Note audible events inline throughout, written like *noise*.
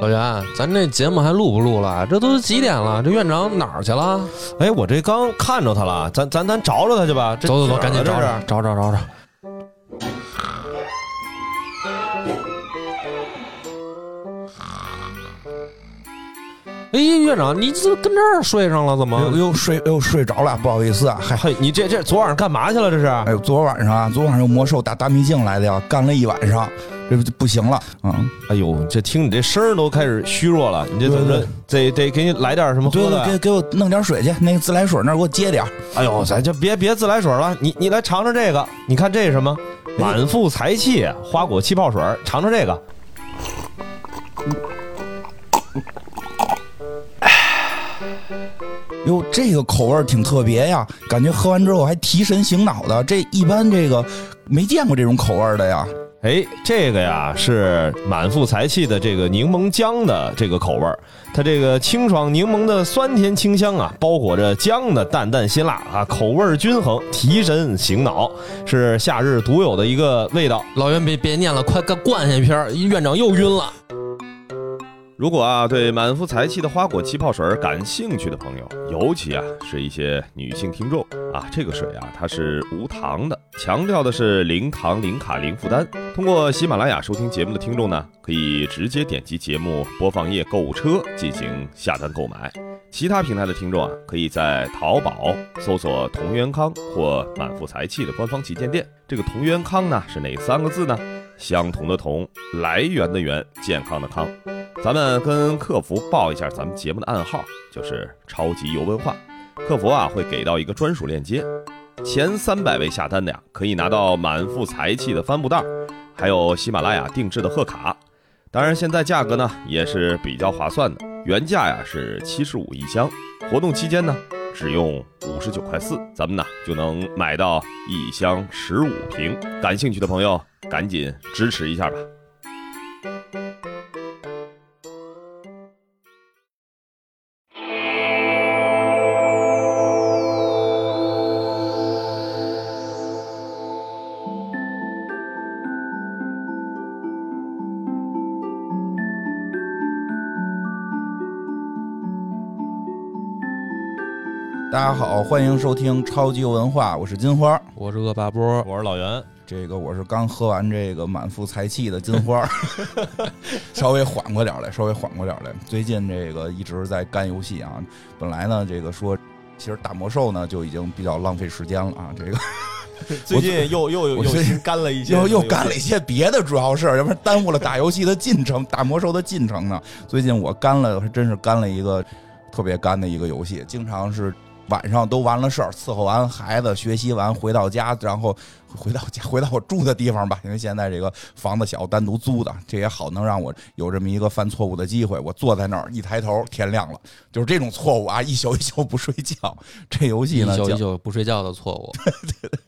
老袁，咱这节目还录不录了？这都几点了？这院长哪儿去了？哎，我这刚看着他了，咱咱咱找找他去吧。这走走走，赶紧这找是找找找找找。哎，院长，你这跟这儿睡上了？怎又么？又睡又睡着了，不好意思啊，嗨。哎嘿，你这这昨晚上干嘛去了？这是？哎呦，昨晚上啊，昨晚上有魔兽打大秘境来的呀，干了一晚上，这不不行了，嗯，哎呦，这听你这声儿都开始虚弱了，你这怎么着？得得给你来点什么对喝的对，呀？给给我弄点水去，那个自来水那儿给我接点儿哎呦，咱就别别自来水了，你你来尝尝这个，你看这是什么？满腹才气花果气泡水，尝尝这个。哟，这个口味儿挺特别呀，感觉喝完之后还提神醒脑的，这一般这个没见过这种口味儿的呀。哎，这个呀是满腹才气的这个柠檬姜的这个口味儿，它这个清爽柠檬的酸甜清香啊，包裹着姜的淡淡辛辣啊，口味儿均衡，提神醒脑，是夏日独有的一个味道。老袁，别别念了，快干灌下一瓶儿。院长又晕了。如果啊对满腹才气的花果气泡水儿感兴趣的朋友，尤其啊是一些女性听众啊，这个水啊它是无糖的，强调的是零糖、零卡、零负担。通过喜马拉雅收听节目的听众呢，可以直接点击节目播放页购物车进行下单购买。其他平台的听众啊，可以在淘宝搜索“同源康”或“满腹才气”的官啊方旗舰店。这个“同源康”呢是哪三个字呢？相同的同，来源的源，健康的康。咱们跟客服报一下咱们节目的暗号，就是“超级游文化”。客服啊会给到一个专属链接，前三百位下单的呀可以拿到满腹才气的帆布袋儿，还有喜马拉雅定制的贺卡。当然，现在价格呢也是比较划算的，原价呀是七十五一箱，活动期间呢只用五十九块四，咱们呢就能买到一箱十五瓶。感兴趣的朋友赶紧支持一下吧。大家好，欢迎收听超级文化，我是金花儿。我是恶霸波，我是老袁，这个我是刚喝完这个满腹才气的金花儿， *laughs* 稍微缓过点儿来，稍微缓过点儿来。最近这个一直在干游戏啊，本来呢这个说。其实打魔兽呢就已经比较浪费时间了啊，这个最近又又又我最新干了一些，又又干了一些别的主要事儿，要不然耽误了打游戏的进程，打魔兽的进程呢。最近我干了，还真是干了一个特别干的一个游戏，经常是晚上都完了事儿，伺候完孩子，学习完回到家，然后回到家回到我住的地方吧，因为现在这个房子小，单独租的，这也好能让我有这么一个犯错误的机会。我坐在那儿一抬头，天亮了，就是这种错误啊，一宿一宿不睡觉。这游戏一呢，宿叫一宿不睡觉的错 *laughs* 误。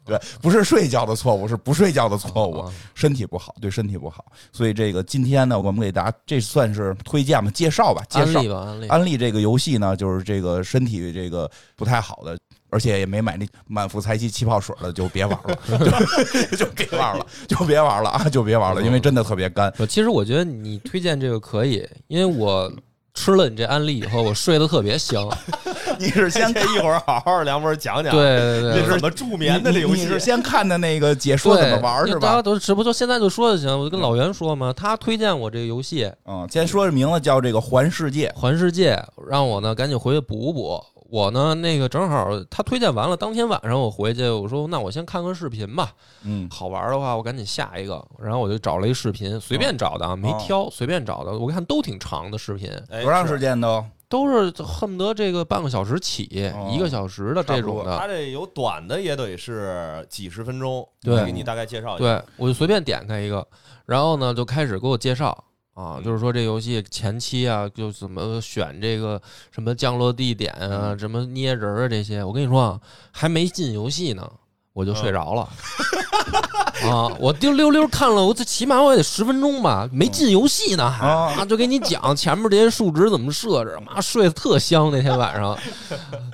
对，不是睡觉的错误，是不睡觉的错误。啊身体不好，对身体不好。所以这个今天呢，我们给大家这算是推荐吧，介绍吧，介安绍利吧，安利。安利这个游戏呢，就是这个身体这个不太好的。而且也没买那满腹才气气泡水的，就别玩了， *laughs* 就就别玩了，就别玩了 *laughs* 啊，就别玩了，因为真的特别干。我其实我觉得你推荐这个可以，因为我吃了你这安利以后，我睡得特别 *laughs* 香。 *laughs* 哎你是先这一会儿好好梁博讲讲，，对对这对是。怎么助眠的这游你戏你是先看的那个解说对怎么玩因是为大家吧？都直播，就现在就说就行。我就跟老袁说嘛，他推荐我这个游戏《嗯，先说这名字叫这个《环世界》，环世界》，让我呢赶紧回去补补。我呢那个正好他推荐完了，当天晚上我回去，我说那我先看看视频吧，嗯，好玩的话我赶紧下一个。然后我就找了一视频，随便找的啊，没挑，随便找的。我看都挺长的视频，哎多长是时间都？都是恨不得这个半个小时起，哦一个小时的这种的他。这有短的也得是几十分钟，对我给你大概介绍一下。对，我就随便点开一个，然后呢就开始给我介绍啊，就是说这游戏前期啊，就怎么选这个什么降落地点嗯啊，什么捏人儿啊这些。我跟你说啊，还没进游戏呢，我就睡嗯着了。啊！我溜溜溜看了，我最起码我也得十分钟吧，没进游戏呢，还啊哦啊，就给你讲前面这些数值怎么设置，妈睡得特香那天晚上，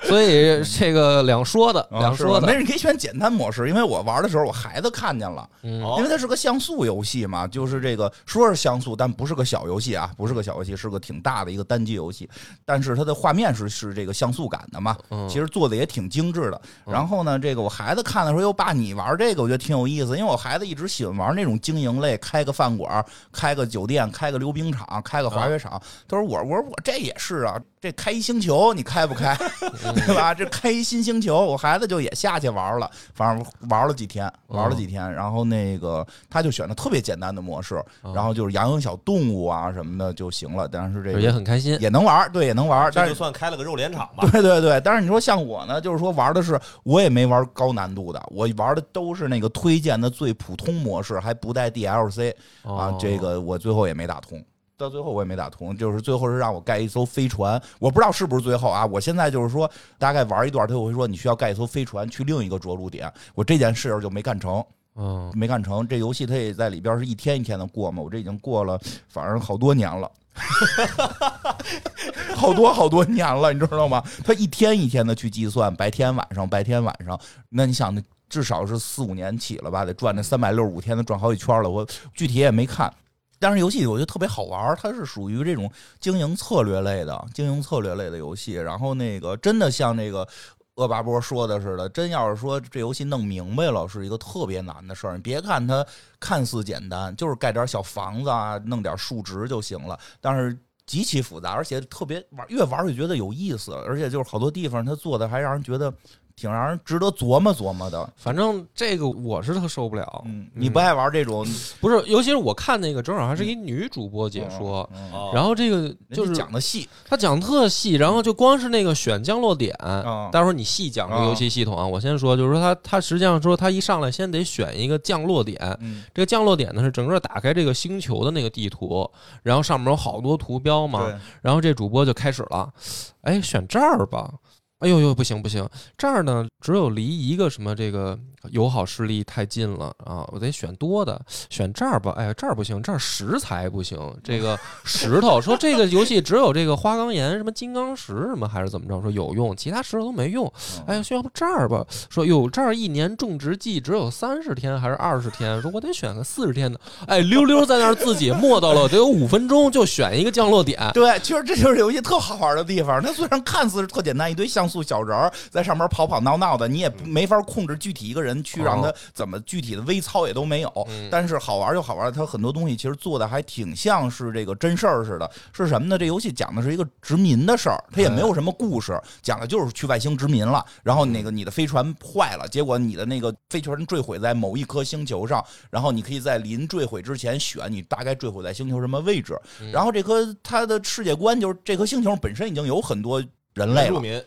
所以这个两说的，啊两是说吧的，没事，你可以选简单模式，因为我玩的时候我孩子看见了，嗯哦因为它是个像素游戏嘛，就是这个说是像素，但不是个小游戏啊，不是个小游戏，是个挺大的一个单机游戏，但是它的画面是是这个像素感的嘛，嗯，其实做的也挺精致的。嗯然后呢，这个我孩子看的时候，哟，爸，你玩这个我觉得挺有意思，因为我孩子一直喜欢玩那种经营类，开个饭馆儿，开个酒店，开个溜冰场，开个滑雪啊场。他说我我说我这也是啊，这开一星球你开不开， *laughs* 对吧？这开一新星球，我孩子就也下去玩了，反正玩了几天，嗯玩了几天，然后那个他就选的特别简单的模式，嗯然后就是养养小动物啊什么的就行了，但是这也个。很开心，也能玩儿，对，也能玩儿，这但是就算开了个肉联厂吧。对对对，但是你说像我呢，就是说玩的是我也没玩高难度的，我玩的都是那个推荐的最普通模式，还不带 DLC 啊哦，这个我最后也没打通。到最后我也没打通，就是最后是让我盖一艘飞船，我不知道是不是最后啊。我现在就是说，大概玩一段，他就会说你需要盖一艘飞船去另一个着陆点，我这件事儿就没干成。嗯，没干成。这游戏它也在里边是一天一天的过嘛，我这已经过了，反正好多年了。 *laughs* 好多好多年了，你知道吗？它一天一天的去计算，白天晚上，白天晚上。那你想，至少是四五年起了吧，得转这三百六十五天，都转好几圈了。我具体也没看，但是游戏我觉得特别好玩儿，它是属于这种经营策略类的、经营策略类的游戏。然后那个真的像这个恶霸波说的似的，真要是说这游戏弄明白了，是一个特别难的事儿。你别看它看似简单，就是盖点小房子啊，弄点数值就行了，但是。极其复杂，而且特别玩，越玩越觉得有意思，而且就是好多地方它做的还让人觉得挺让人值得琢磨琢磨的。反正这个我是特受不了，嗯，你不爱玩这种不是，尤其是我看那个正好还是一女主播解说，，嗯哦然后这个就人是家讲的细他讲特细，然后就光是那个选降落点，啊待会儿你细讲这个游哦戏系统啊。我先说，就是说他他实际上说他一上来先得选一个降落点，嗯，这个降落点呢是整个打开这个星球的那个地图，然后上面有好多图标嘛，对，然后这主播就开始了，哎，选这儿吧。哎呦呦，不行不行，这儿呢只有离一个什么这个友好势力太近了啊，我得选多的，选这儿吧。哎呀，这儿不行，这儿石材不行，这个石头说这个游戏只有这个花岗岩、什么金刚石什么还是怎么着，说有用，其他石头都没用。哎呀，要不这儿吧？说哟，这儿一年种植季只有三十天还是二十天？说我得选个四十天的。哎，溜溜在那儿自己磨叨了得有五分钟，就选一个降落点。对，其实这就是游戏特好玩的地方。它虽然看似是特简单，一堆像素小人儿在上面跑跑闹闹的，你也不没法控制具体一个人去让他嗯哦怎么具体的微操也都没有。嗯但是好玩就好玩，它很多东西其实做的还挺像是这个真事儿似的。是什么呢？这游戏讲的是一个殖民的事儿，它也没嗯有什么故事，讲的就是去外星殖民了。然后嗯那个你的飞船坏了，结果你的那个飞船坠毁在某一颗星球上，然后你可以在临坠毁之前选你大概坠毁在星球什么位置。然后这颗它的世界观就是这颗星球本身已经有很多人类原住了，民嗯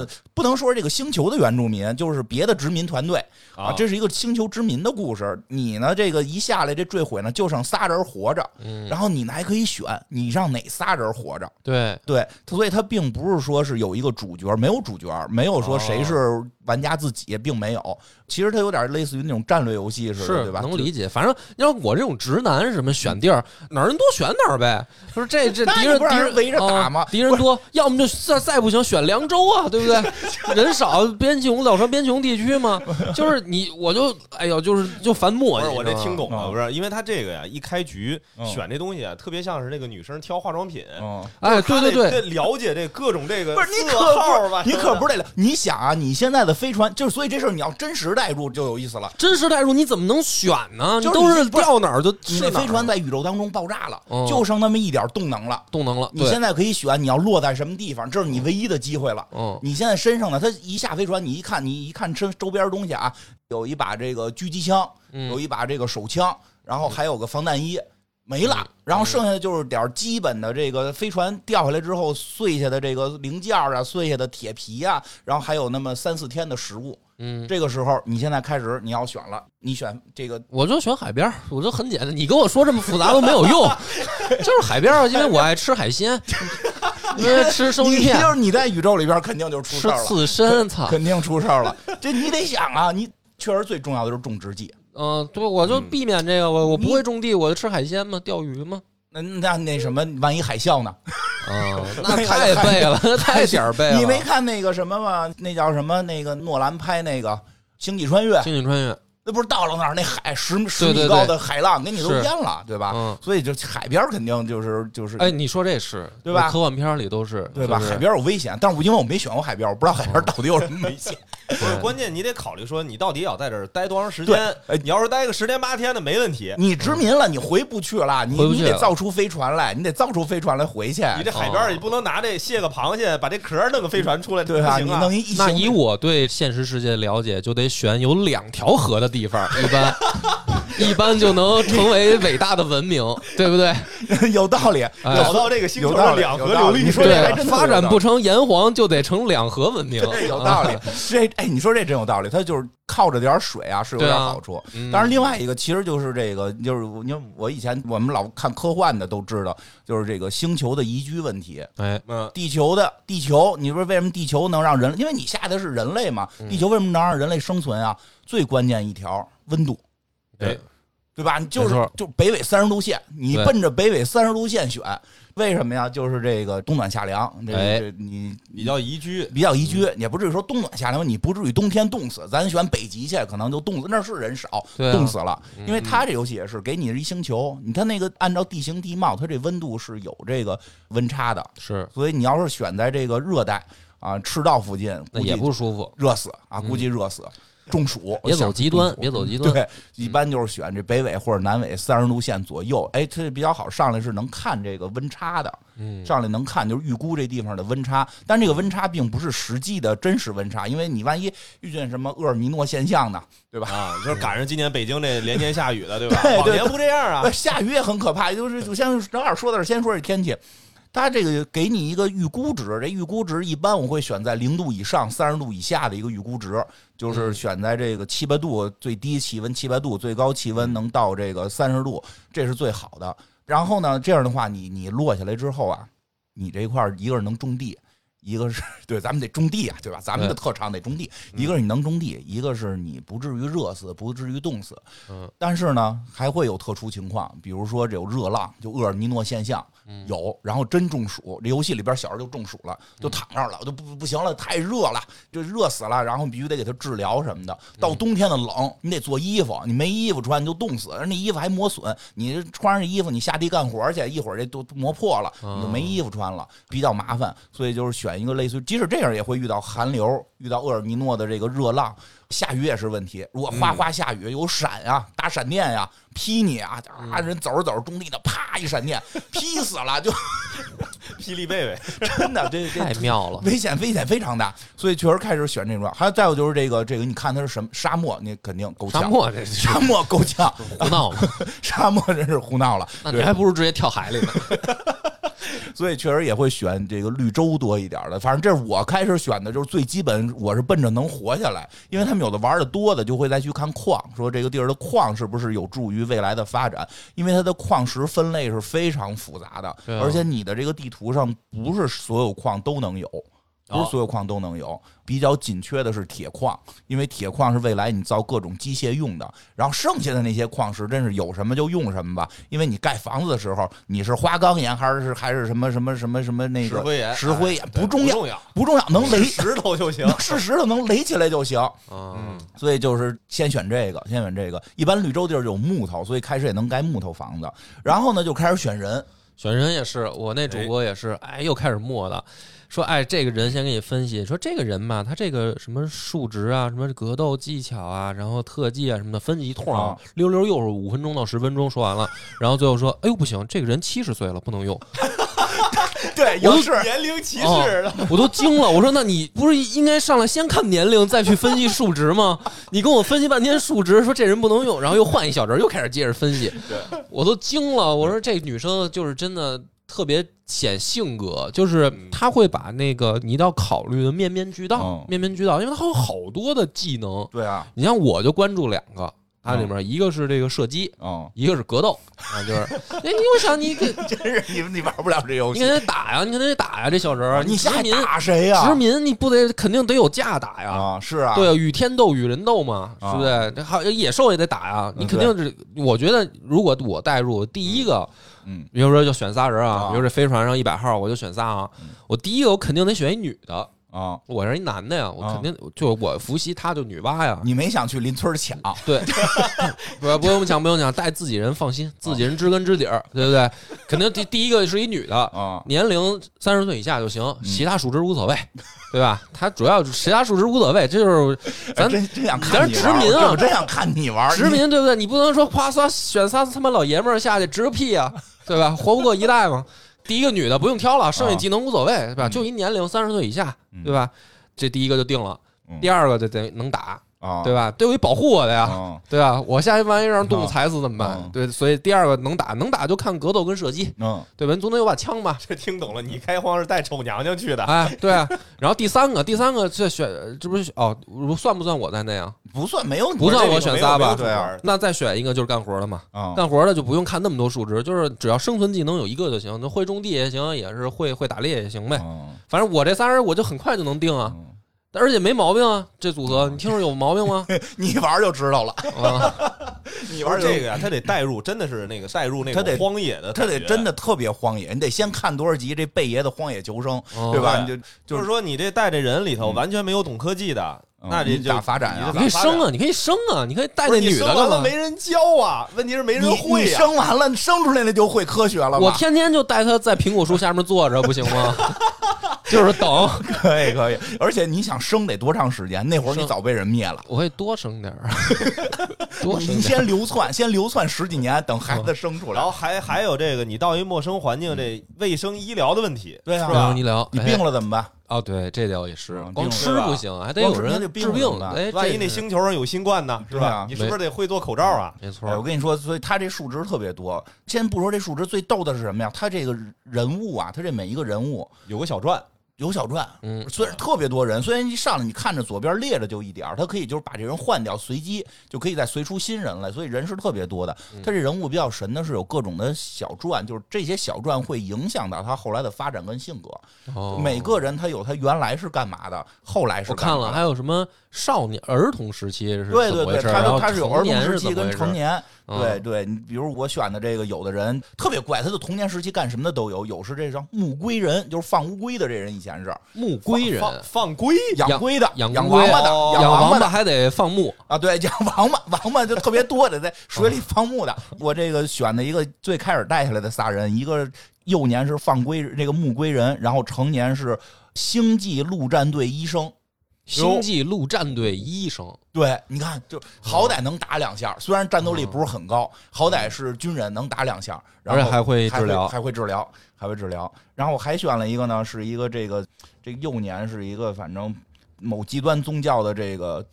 呃，不能说是这个星球的原住民，就是别的殖民团队。啊，啊，这是一个星球殖民的故事。你呢，这个一下来这坠毁呢，就剩仨人活着，嗯，然后你呢还可以选你让哪仨人活着。对，对，所以它并不是说是有一个主角，没有主角，没有说哦谁是玩家自己，并没有。其实它有点类似于那种战略游戏似的，是对吧？能理解。反正要我这种直男，什么选地儿哪儿人多选哪儿呗。不是这这 *laughs* 那敌你人不让敌人人围着打吗啊敌人多，要么就再再不行选凉州啊，对不对？人少，边穷老说边穷地区嘛，就是你我就哎呦，就是就烦不墨迹。是我这听懂了，嗯不是，因为他这个呀，一开局嗯选这东西啊，特别像是那个女生挑化妆品，嗯。哎，对对这对，了解这各种这个不是你色可号吧不，你可不是得了。你想啊，你现在的飞船，就是所以这事儿你要真实代入就有意思了。真实代入你怎么能选呢？就是都你是不是掉哪儿就你是那哪儿飞船在宇宙当中爆炸了，哦嗯就剩那么一点动能了。动能了。你对现在可以选你要落在什么地方，这是你唯一的机会了。哦嗯你现在身上呢，它一下飞船，你一看，你一看身周边东西啊，有一把这个狙击枪，有嗯一把这个手枪，然后还有个防弹衣，没嗯了。然后剩下的就是点儿基本的这个飞船掉下来之后碎下的这个零件儿啊，碎下的铁皮啊，然后还有那么三四天的食物。嗯，这个时候，你现在开始你要选了，你选这个我就选海边儿，我就很简单。你跟我说这么复杂都没有 *laughs* 用，就是海边儿，啊因为我爱吃海鲜，因为吃生鱼你片。就是你在宇宙里边肯定就出事吃 *laughs* 儿了，刺身，操！肯定出事儿了。这你得想啊，你确实最重要的就是种植剂。嗯，对，我就避免这个，我我你 *laughs* 不会种地，我就吃海鲜嘛，钓鱼嘛。 *laughs* 那那那什么，万一海啸呢？啊，哎那呀太太背了，那太点儿背了。 *laughs* 你没看那个什么吗？那叫什么？那个诺兰拍那个《星际穿越》，星际穿越，那不是到了那儿那海十十对米对高对的海浪给你都是淹了，对吧？嗯，所以就海边儿肯定就是就是哎，你说这是对吧科幻片儿里都是，对吧？就是海边有危险，但是我因为我没选过海边，我不知道海边到底有什么危险。嗯不是，对关键你得考虑说你到底要在这儿待多长时对间哎。你要是待个十天八天的没问题，你殖民了，你回不去了，你回不你去得了造出飞船来，你得造出飞船来回去，你这海边儿哦你不能拿这卸个螃蟹，把这壳儿弄个飞船出来，对不吧？行你啊弄一异那形以我对现实世界的了解，就得选有两条河的地方，一 *laughs* 般一般就能成为伟大的文明，对不对？ *laughs* 有道理，哎找到这个星有球道上理，两河有道流理域你，说这还对，真发展不成。成炎黄，就得成两河文 *laughs* 明。这有道理啊，这哎，你说这真有道理，它就是靠着点水啊，是有对点啊好处。嗯当然，另外一个其实就是这个，就是因为我以前我们老看科幻的都知道，就是这个星球的宜居问题。哎， *laughs* 嗯，地球的地球，你说为什么地球能让人？因为你下的是人类嘛，嗯地球为什么能让人类生存啊？最关键一条温度，对，对吧？你就没是错就北纬三十度线，你对奔着北纬三十度线选，为什么呀？就是这个冬暖夏凉，这哎嗯这你比较宜居，比较宜居，也不至于说冬暖夏凉，你不至于冬天冻死。咱选北极去，可能就冻死，那是人少，对啊冻死了。因为它这游戏也是给你一星球，你看那个按照地形地貌，它这温度是有这个温差的，是所以你要是选在这个热带啊，赤道附近，那估计也不舒服，热死啊，估计热死，中暑。别走极端中，暑别走极端。嗯对，一般就是选这北纬或者南纬三十度线左右，哎，它比较好上来是能看这个温差的，嗯上来能看就是预估这地方的温差，但这个温差并不是实际的真实温差，因为你万一遇见什么厄尔尼诺现象呢，对吧？啊，就是赶上今年北京这连年下雨的，对吧？对对往年不这样啊呃，，下雨也很可怕，就是就像正好说的是，先说这天气。它这个给你一个预估值，这预估值一般我会选在零度以上、三十度以下的一个预估值，就是选在这个七八度最低气温七八度，最高气温能到这个三十度，这是最好的。然后呢，这样的话，你你落下来之后啊，你这一块儿一个是能种地，一个是 *laughs* 对咱们得种地啊，对吧？咱们的特长得种地，一个是你能种地，一个是你不至于热死，不至于冻死。但是呢，还会有特殊情况，比如说这有热浪，就厄尔尼诺现象有，然后真中暑。这游戏里边小孩就中暑了，就躺那儿了，就不不不行了，太热了，就热死了，然后必须得给他治疗什么的。到冬天的冷，你得做衣服，你没衣服穿你就冻死，而那衣服还磨损，你穿上这衣服你下地干活去，一会儿这都磨破了，你就没衣服穿了，比较麻烦。所以就是选一个类似于，即使这样也会遇到寒流，遇到厄尔尼诺的这个热浪，下雨也是问题。如嗯果哗哗下雨，有闪呀、打闪电呀、劈你啊，啊，嗯人走着走着中地的，啪一闪电， *laughs* 劈死了，就霹雳贝 *laughs* 贝，真的 *laughs* 这这太妙了，危险危险非常大，所以确实开始选这种。还有再有就是这个这个，你看它是什么沙漠，你肯定够呛。沙漠这是沙漠够呛， *laughs* 胡闹嘛，沙漠真是胡闹了。那你对还不如直接跳海里 *laughs* 呢。所以确实也会选这个绿洲多一点的。反正这是我开始选的，就是最基本，我是奔着能活下来。因为他们有的玩的多的，就会再去看矿，说这个地儿的矿是不是有助于未来的发展。因为它的矿石分类是非常复杂的，对啊而且你的这个地图上不是所有矿都能有。不是所有矿都能有，比较紧缺的是铁矿，因为铁矿是未来你造各种机械用的。然后剩下的那些矿石，真是有什么就用什么吧。因为你盖房子的时候，你是花岗岩还是还是什么什么什么什么那个石灰岩石灰岩哎不重不要，重要，不重要，能垒是石头就行。能是石头能垒起来就行。嗯，所以就是先选这个，先选这个。一般绿洲地儿有木头，所以开始也能盖木头房子。然后呢，就开始选人，选人也是，我那主播也是，哎，又开始磨的，说，哎，这个人先给你分析，说这个人吧，他这个什么数值啊，什么格斗技巧啊，然后特技啊什么的，分析一通啊啊，溜溜又是五分钟到十分钟说完了，然后最后说，哎呦不行，这个人七十岁了，不能用， *laughs* 对，我有都是年龄歧哦视了，我都惊了，我说那你不是应该上来先看年龄再去分析数值吗？你跟我分析半天数值，说这人不能用，然后又换一小人，又开始接着分析，我都惊了。我说这女生就是真的特别显性格，就是她会把那个你要考虑的面面俱到嗯，面面俱到，因为她有好多的技能。对啊，你像我就关注两个，它嗯里面一个是这个射击，哦，一个是格斗啊，就是， *laughs* 哎，你我想 *laughs* 你给真是你你玩不了这游你戏跟，人打呀，你跟人打呀，这小人儿，啊你殖下民打谁呀？殖民，你不得肯定得有架打呀？啊，是啊，对啊，与天斗，与人斗嘛，啊是不是？这还有野兽也得打呀，你肯定是。我觉得，如果我代入第一个，嗯，比如说就选仨人啊啊，比如这飞船上一百号，我就选仨啊嗯。我第一个我肯定得选一女的，啊，我是一男的呀，我啊肯定就我伏羲，他就女娲呀。你没想去邻村抢，对， *laughs* 不不用讲不用讲，带自己人放心，自己人知根知底儿，对不对？肯定第第一个是一女的，啊，年龄三十岁以下就行，嗯其他数值无所谓，对吧？他主要是其他数值无所谓，这就是咱哎真真想看咱你是玩殖民啊我真想看你玩殖民，对不对？你不能说夸仨选仨他妈老爷们儿下去值个屁啊，对吧？活不过一代嘛。第一个女的不用挑了，剩下技能无所谓，对吧？啊嗯就一年龄三十岁以下嗯，对吧？这第一个就定了嗯，第二个就得能打，啊，对吧？得有一保护我的呀，啊，对吧？我下一万一让动物踩死怎么嗯办？对，所以第二个能打，能打就看格斗跟射击，嗯，对吧？你总得有把枪吧？这听懂了，你开荒是带丑娘娘去 *laughs* 的，哎，对啊。然后第三个，第三个这选，这不是哦，算不算我在内啊？不算没有你不算我嗯选仨吧这里头没有没有主玩那再选一个就是干活的嘛，哦啊，干活的就不用看那么多数值，就是只要生存技能有一个就行，那会种地也行，也是会会打猎也行哦呗。嗯反正我这仨人我就很快就能定啊，嗯而且没毛病啊。这组哦合你听着有毛病吗？你玩就知道了，啊，你不玩是这个，个呀，他得带入，真的是那个带入那他得个荒野的他感觉，得真的特别荒野，你得先看多少集这贝爷的《荒野求生》，哦对吧？你对就就就是是说你这带这人里头完全没有懂科技的，嗯那这你就咋发展呀你你这可以咋发展生啊，你可以生啊，你可以带不那是你女的生完干了嘛没？人教啊，问题是没人你你会啊呀、生完了，你生出来了就会科学了吧？我天天就带她在苹果树下面坐着，不行吗？ *laughs* 就是等，可以可以，而且你想生得多长时间？那会儿你生早被人灭了。我可以多生点儿，多生你点儿。先流窜，先流窜十几年，等孩子生出来哦然后。还还有这个，你到一陌生环境，这卫生医疗的问题，嗯对啊是吧？跟你聊，你哎病了怎么办？哦，对，这点也是嗯，光病是吃吧不行，还得光有吃人那就病治了怎么办哎，万一这那是星球上有新冠呢，是对吧啊？你是不是得会做口罩啊？没错哎，我儿，跟你说，所以他这数值特别多。先不说这数值，最逗的是什么呀？他这个人物啊，他这每一个人物有个小传，有小传，嗯，虽然特别多人，虽然一上来你看着左边列着就一点儿，他可以就是把这人换掉，随机就可以再随出新人来，所以人是特别多的。嗯他这人物比较神的是有各种的小传，就是这些小传会影响到他后来的发展跟性格。哦每个人他有他原来是干嘛的，后来是我干看嘛的了，还有什么少年儿童时期是对怎对么回对，事儿？然他后他是有儿童童年时是期怎么跟回事儿成年，嗯对对，你比如我选的这个，有的人特别怪，他的童年时期干什么的都有，有是这叫木龟人，就是放乌龟的这人以前是牧龟人、放放龟，养养龟的、养养龟王八的、哦养王王八八的还得放牧，啊，对， *laughs* 养王八，王八就特别多的，在水里放牧的。嗯我这个选的一个最开始带下来的仨人，一个幼年是放龟这个木龟人，然后成年是星际陆战队医生。星际陆战队医生，对，你看，就好歹能打两下，虽然战斗力不是很高，好歹是军人能打两下，嗯然而且后还会治疗还会治疗，还会治疗。然后我还选了一个呢，是一个这个这个幼年是一个反正某极端宗教的这个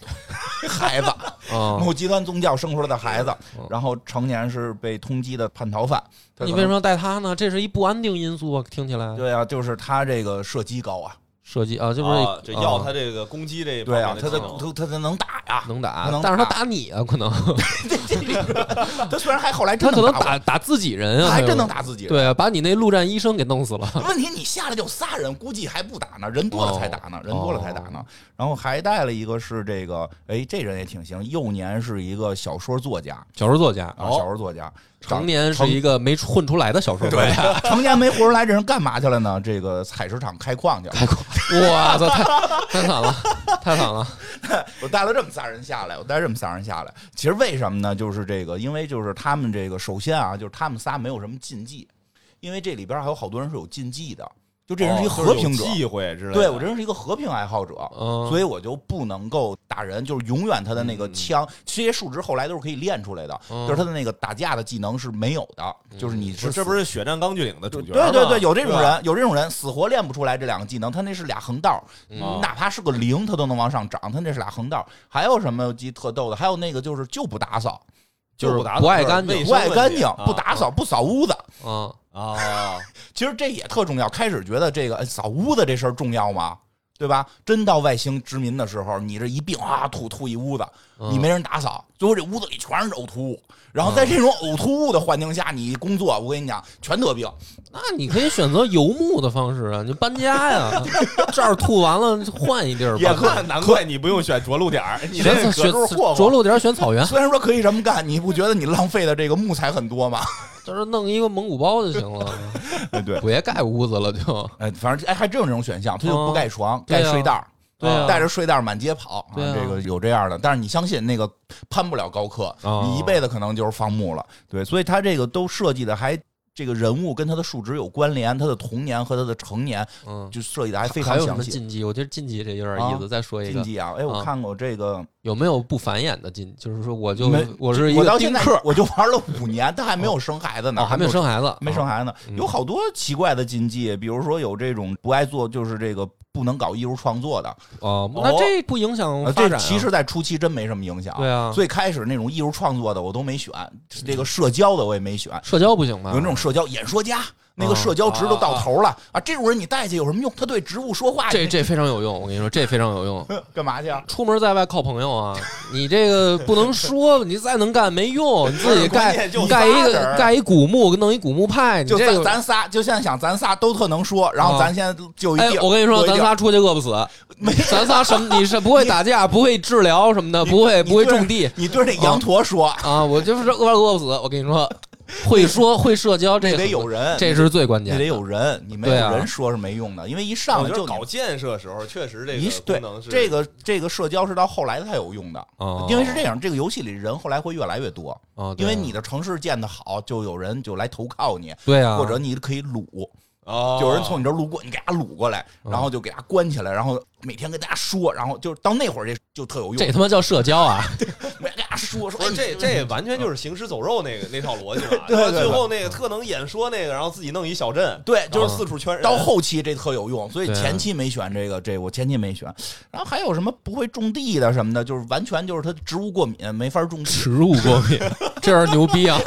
*laughs* 孩子，啊，某极端宗教生出来的孩子嗯，然后成年是被通缉的叛逃犯。他你可为什能么要带他呢？这是一不安定因素啊，听起来对啊，就是他这个射击高啊，设计啊，这不啊，是这要啊他这个攻击这对啊，方面他技的能他他他能打呀，能他打能，但是他打打你啊，可能他虽然还后来他真可能打打打自己人我，啊，还真有能打自己人。对啊，把你那陆战医生给弄死了。 *laughs* 问题你下来就仨人，估计还不打呢，人多了才打哦呢，人多了才打呢。然后还带了一个是这个，哎，这人也挺行，幼年是一个小说作家小说作家，啊，哦小说作家，成年是一个没混出来的小说作家。长 *laughs* 成年没活儿来，这人干嘛去了呢？这个采石场开矿去了。哇操，太 *laughs* 太惨了，太惨了！我带了这么仨人下来，我带这么仨人下来，其实为什么呢？就是这个，因为就是他们这个，首先啊，就是他们仨没有什么禁忌，因为这里边还有好多人是有禁忌的，就这人是一个哦就是和有平者，忌讳之类的。对我这人是一个和平爱好者，嗯所以我就不能够打人，就是永远他的那嗯个枪，这些数值后来都是可以练出来的，嗯就是他的那个打架的技能是没有的，就是你不是嗯是这不是。是《血战钢锯岭》的主角对对吗对，有这种是吧人，有这种人，死活练不出来这两个技能，他那是俩横道，嗯哪怕是个零，他都能往上涨，他那是俩横道。还有什么鸡特逗的？还有那个就是就不打扫，就是不打不扫爱就是干卫净生不爱干净问题，不打扫，不扫屋子。啊，啊， *laughs* 其实这也特重要。开始觉得这个哎扫屋子这事儿重要吗？对吧？真到外星殖民的时候，你这一病啊，吐吐一屋子，嗯你没人打扫，最后这屋子里全是呕吐物。然后在这种呕吐物的环境下，你工作，我跟你讲，全得病。那你可以选择游牧的方式啊，你搬家呀， *laughs* 这儿吐完了换一地儿也搬。怪难怪你不用选着陆点儿，你选这草可选都是霍着霍。陆点儿选草原，虽然说可以这么干，你不觉得你浪费的这个木材很多吗？就是弄一个蒙古包就行了，哎， *laughs* 对，别盖屋子了 *laughs* 就。哎，反正哎，还真有这种选项，他就不嗯盖床，对盖啊睡袋儿。对啊带着睡袋满街跑，对啊这个有这样的，但是你相信那个攀不了高科，哦你一辈子可能就是放牧了，对，所以他这个都设计的还这个人物跟他的数值有关联，他的童年和他的成年嗯，就设计的还非还常有什详么细。禁忌？我觉得禁忌这有点意思。啊再说一禁个，忌啊，哎，我啊看过这个，有没有不繁衍的禁？就是说，我就没我是一我个到现丁在克，我就玩了五年，他还没有生孩子呢，哦，还没有生哦嗯孩子，没生孩子呢，有好多奇怪的禁忌，比如说有这种不爱做，就是这个不能搞艺术创作的，哦，那这不影响啊，发这展啊。其实，在初期真没什么影响。对啊最开始那种艺术创作的我都没选，这个社交的我也没选。社交不行吧有那？种社交演说啊家，那个社交值都到头了啊！这种人你带去有什么用？他对植物说话，这你这非常有用，我跟你说，这非常有 *laughs* 用。干嘛去啊？出门在外靠朋友啊，你这个不能说，你再能干没用，你自己关盖 *laughs* 键就盖仨一人个儿盖一古墓，弄一古墓派，你就这咱个。咱仨，就现在想，咱仨都特能说，然后啊咱现在就一哎定，，我跟你说，就一咱定仨出去饿不死，没咱仨什么？你是不会打架，不会治疗什么的，你不会你不会对种地你对着那羊驼说，啊！我就是饿饿不死。我跟你说，会说会社交，这你得很有人，这是最关你键的。得有人，你没有对啊人说是没用的，因为一上我来觉就得你搞建设时候确实这一个对功能是这个这个社交是到后来才有用的，哦因为是这样，这个游戏里人后来会越来越多，啊，对因为你的城市建得好，就有人就来投靠你，对啊，或者你可以掳，哦，有人从你这儿路过，你给他掳过来，然后就给他关起来，然后每天跟大家说，然后就是到那会儿这就特有用，这他妈叫社交 *laughs* 啊！每天跟大家说说不哎是你这这完全就是行尸走肉那个那套逻辑嘛， *laughs* 对对对最后那个特能演说那个，然后自己弄一小镇，对啊就就是是四处圈人，到后期这特有用，所以对啊前期没选这个，这我前期没选。然后还有什么不会种地的什么的，就是完全就是他植物过敏，没法种地。耻辱过敏， *laughs* 这样牛逼啊！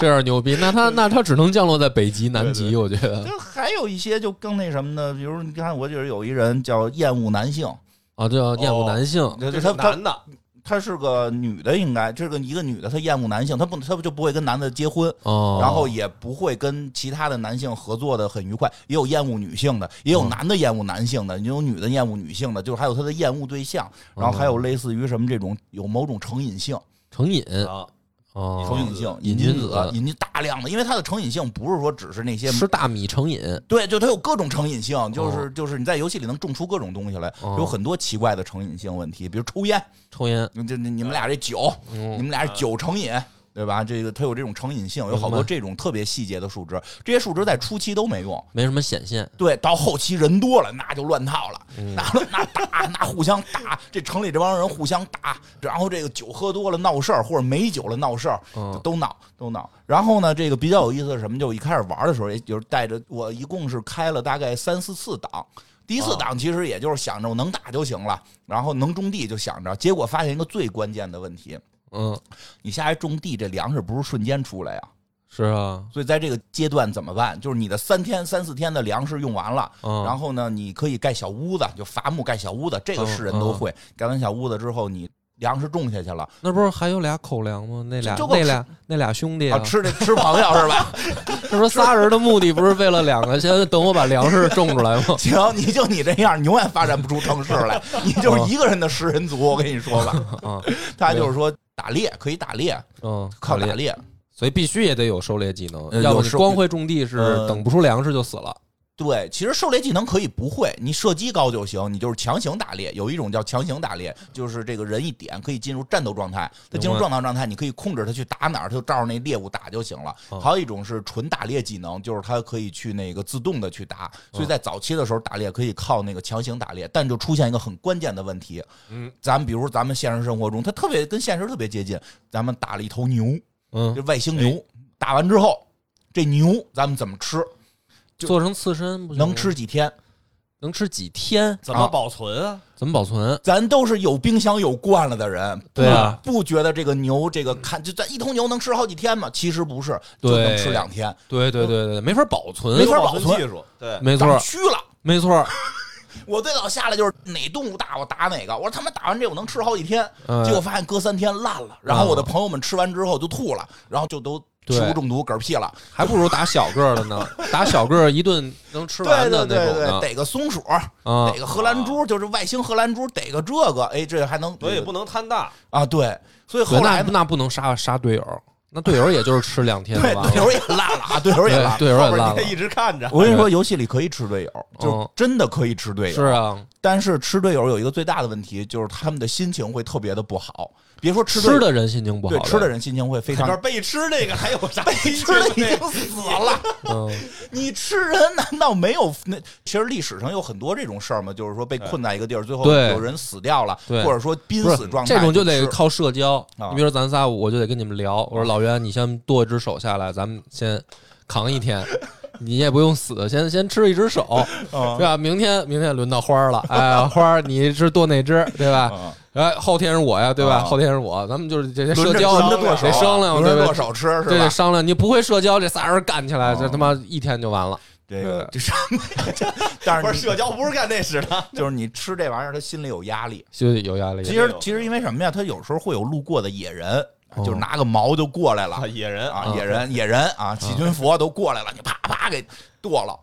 这样牛逼，那他那他只能降落在北极、南极，我觉得就还有一些就更那什么的，比如你看，我觉得有一人叫厌恶男性，啊，哦叫厌恶男性，就哦这是是他他男的，他是个女的，应该这个一个女的，她厌恶男性，她不她就不会跟男的结婚，哦，然后也不会跟其他的男性合作的很愉快，也有厌恶女性的，也有男的厌恶男性的，也有女的厌恶女性的，就是还有他的厌恶对象，嗯然后还有类似于什么这种有某种成瘾性、成瘾啊，成哦，瘾性、瘾瘾君君子子、瘾君大量的，因为他的成瘾性不是说只是那些。吃大米成瘾，对，就他有各种成瘾性，就是就是你在游戏里能种出各种东西来，哦有很多奇怪的成瘾性问题，比如抽烟，抽烟，就就你们俩这酒，嗯你们俩是酒成瘾，对吧？这个它有这种成瘾性，有好多这种特别细节的数值，这些数值在初期都没用。没什么显现，对，到后期人多了，那就乱套了，那那打，那互相打，这城里这帮人互相打，然后这个酒喝多了闹事儿，或者没酒了闹事儿，嗯都闹都闹。然后呢，这个比较有意思的是什么，就一开始玩的时候，也就是带着我一共是开了大概三四次档。第一次档其实也就是想着我能打就行了，然后能种地就想着，结果发现一个最关键的问题，嗯，你下来种地，这粮食不是瞬间出来呀、是啊，所以在这个阶段怎么办？就是你的三天、三四天的粮食用完了，嗯然后呢，你可以盖小屋子，就伐木盖小屋子，这个是人都会。盖完小屋子之后，你粮食种下去了，那不是还有俩口粮吗？那俩就够那吃俩那俩兄弟啊，吃这吃朋友是吧？ *laughs* 他说仨人的目的不是为了两个，先等我把粮食种出来 *laughs* 吗？行，你就你这样，你永远发展不出城市来，你就是一个人的食人族。我跟你说 *laughs* 吧，啊，他就是说打猎可以打猎，嗯，靠猎打，猎。所以必须也得有狩猎技呃能，要不有你狩光会种地是呃等不出粮食就死了。对，其实狩猎技能可以不会，你射击高就行，你就是强行打猎。有一种叫强行打猎，就是这个人一点可以进入战斗状态，他进入明状态状态，你可以控制他去打哪儿，他就照着那猎物打就行了。哦还有一种是纯打猎技能，就是他可以去那个自动的去打，哦所以在早期的时候打猎可以靠那个强行打猎，但就出现一个很关键的问题，嗯，咱们比如咱们现实生活中，他特别跟现实特别接近，咱们打了一头牛，嗯这，外星牛，打完之后，这牛咱们怎么吃？就做成刺身不行吗能吃几天？能吃几天？怎么保存啊？怎么保存？咱都是有冰箱有惯了的人，对啊不，不觉得这个牛这个看就咱一头牛能吃好几天吗？其实不是，就对能吃两天，对对对对，没法保存没法有保保存存嗯技术，对，没咱错们 *laughs* 虚了。没错，我最早下来就是哪动物大我打哪个，我说他妈打完这我能吃好几天，嗯结果发现隔三天烂了，然后我的朋友们吃完之后就吐了，然后就都对食物中毒嗝屁了。还不如打小个儿的 *laughs* 呢，打小个儿一顿能吃对完对的那对种对，的逮个松鼠，啊逮。个荷兰猪，就是外星荷兰猪，逮个这个，哎，这还能所以不能贪大。啊？对，所以对，后那来呢？那不能杀杀队友，那队友也就是吃两天对，的吧队？友也烂了啊，队友也烂对，队友了。也你烂可了以，一直看着。 *laughs* 我跟 *laughs* 你说，游戏里可以吃队友，嗯就真的可以吃队友。是啊，但是吃队友有一个最大的问题，就是他们的心情会特别的不好。别说吃队吃友，的人心情不好对呗，吃的人心情会非里常边被吃那个还有啥被心情吃的已那经个死了。嗯，你吃人难道没有那？其实历史上有很多这种事儿嘛，就是说被困在一个地儿，最后对有人死掉了，对或者说濒不死是状态，这种就得靠社交。啊你比如说咱仨，我就得跟你们聊。我说老袁，你先剁一只手下来，咱们先扛一 *laughs* 天，你也不用死，先先吃一只手，啊对吧？明天明天轮到花儿了，哎，花儿你是剁哪只，对吧？啊哎，后天是我呀，对吧？啊后天是我，咱们就是这些轮社着交轮着剁手，得啊商量，轮对着吧剁？手吃这是得吧？商量，你不会社交，这仨人干起来，这啊他妈一天就完了。这个这什么 *laughs* 呀？但 *laughs* 不是是你社交，不是干这事的。就是你吃这玩意儿，他心里有压力。就有压力。其也实有其实因为什么呀？他有时候会有路过的野人，哦就是拿个矛就过来了啊，野人啊，啊，野人野人嗯啊，细菌佛都过来了，你啪啪给剁了。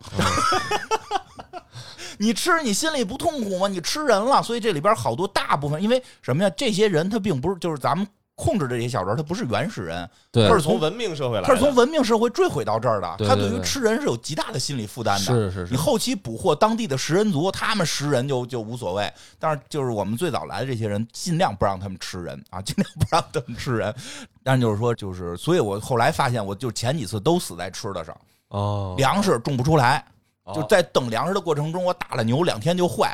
嗯 *laughs* 你吃你心里不痛苦吗？你吃人了，所以这里边好多大部分因为什么呀？这些人他并不是就是咱们控制这些小人，他不是原始人，对他，是从从文明社会来的，他是从文明社会坠毁到这儿的，对他对对于对吃人是有极大的心理负担的。是是你是，后期捕获当地的食人族，他们食人就就无所谓，但是就是我们最早来的这些人，尽量不让他们吃人啊，尽量不让他们吃人。但是就是说，就是所以我后来发现，我就前几次都死在吃的上，哦，粮食种不出来，哦就在等粮食的过程中，我打了牛两天就坏，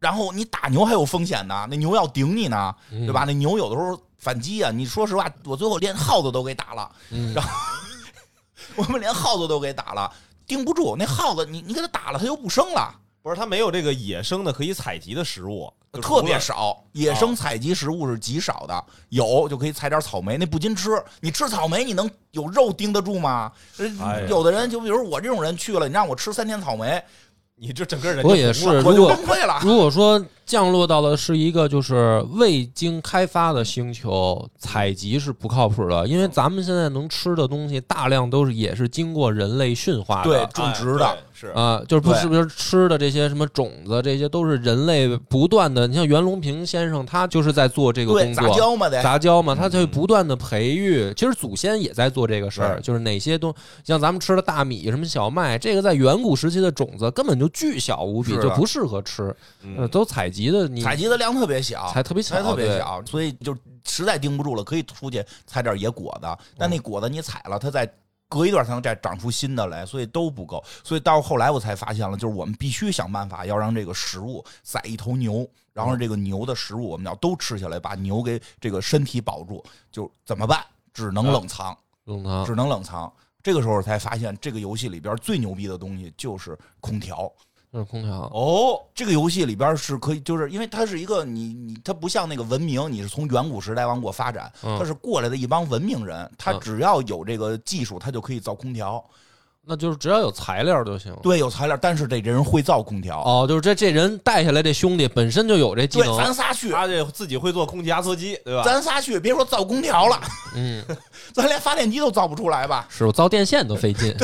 然后你打牛还有风险呢，那牛要顶你呢，嗯对吧？那牛有的时候反击啊，你说实话，我最后连耗子都给打了， *laughs* 嗯然后我们连耗子都给打了。盯不住那耗子，你你给它打了，它又不生了。不是他没有这个野生的可以采集的食物，就除特了别少，野啊生采集食物是极少的，有就可以采点草莓，那不禁吃。你吃草莓，你能有肉盯得住吗？呃哎呀有的人就比如我这种人去了，你让我吃三天草莓，你这整个人不过也是，我如就果崩溃了。 *laughs* 如果说降落到的是一个就是未经开发的星球，采集是不靠谱的，因为咱们现在能吃的东西大量都是也是经过人类驯化的。对，种植的，哎对是啊、就是不对是不是吃的这些什么种子，这些都是人类不断的。你像袁隆平先生，他就是在做这个对，工杂作，交嗯嘛得。杂交嘛，他就会不断的培育。其实祖先也在做这个事儿，就是哪些东，像咱们吃的大米、什么小麦，这个在远古时期的种子根本就巨小无比，是啊就不适合吃。嗯呃，都采集的，你嗯采集的量特别小，才特别小才特别哦对小，所以就实在盯不住了，可以出去采点野果子。但那果子你采了，它再隔一段才能再长出新的来，所以都不够。所以到后来我才发现了，就是我们必须想办法要让这个食物宰一头牛，然后让这个牛的食物我们要都吃下来，把牛给这个身体保住。就怎么办？只能冷藏，冷藏只能冷藏。这个时候才发现，这个游戏里边最牛逼的东西就是空调。就是空调。哦，这个游戏里边是可以，就是因为它是一个你你它不像那个文明，你是从远古时代往过发展，嗯它是过来的一帮文明人，他嗯只要有这个技术，他就可以造空调。那就是只要有材料就行。对，有材料，但是这人会造空调。哦，就是这这人带下来这兄弟本身就有这技对，能咱，仨去，他这自己会做空气压缩机，对吧？咱仨去，别说造空调了，嗯，咱连发电机都造不出来吧？是我造电线都费劲。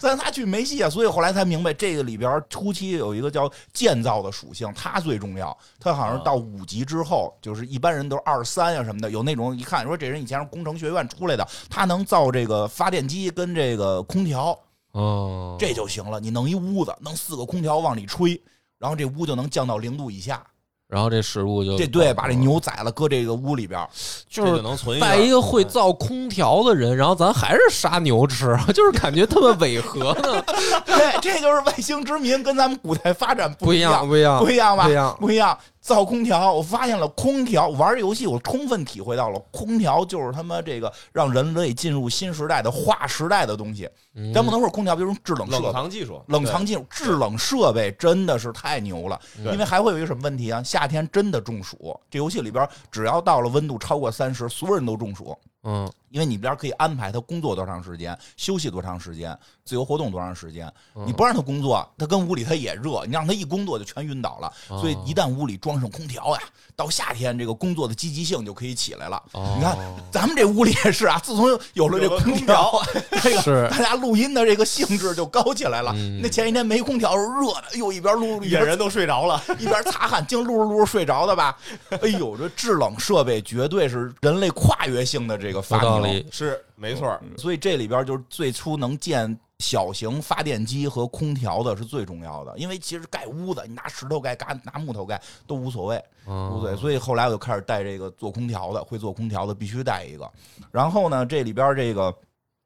咱仨去没戏啊！所以后来才明白，这个里边初期有一个叫建造的属性，它最重要。它好像啊是到五级之后，就是一般人都是二三啊呀什么的，有那种一看说这人以前是工程学院出来的，他能造这个发电机跟这个空调，哦，这就行了。你弄一屋子，弄四个空调往里吹，然后这屋就能降到零度以下。然后这食物就这对，哦把这牛宰了，搁这个屋里边，就这是就能存带一个会造空调的人，然后咱还是杀牛吃，啊 *laughs* 就是感觉特别违和 *laughs* 呢。 *laughs* 对，这就是外星殖民跟咱们古代发展不一一样，不一样，不一样吧？不一样不一样。造空调，我发现了空调玩游戏，我充分体会到了空调就是他妈这个让人类进入新时代的划时代的东西。嗯咱不能说空调，比如说制冷设嗯冷备。藏技术，冷藏技术、制冷设备真的是太牛了，对因为还会有一个什么问题啊？夏天真的中暑，这游戏里边只要到了温度超过三十，所有人都中暑。嗯，因为你边儿可以安排他工作多长时间，休息多长时间，自由活动多长时间。嗯你不让他工作，他跟屋里他也热，你让他一工作就全晕倒了。嗯所以一旦屋里装上空调呀，到夏天这个工作的积极性就可以起来了。哦你看，咱们这屋里也是啊，自从有了这有了空空调调， *laughs* 这个是大家录音的这个兴致就高起来了。嗯那前一天没空调，热的，哎又一边录一野边人都睡着 *laughs* 了，一边擦汗，净噜噜噜睡着的吧？ *laughs* 哎呦，这制冷设备绝对是人类跨越性的这个有发道明，理，是没错儿，所以这里边就是最初能建。小型发电机和空调的是最重要的，因为其实盖屋子，你拿石头盖、嘎拿木头盖都无所谓，嗯哦无所谓。所以后来我就开始带这个做空调的，会做空调的必须带一个。然后呢，这里边这个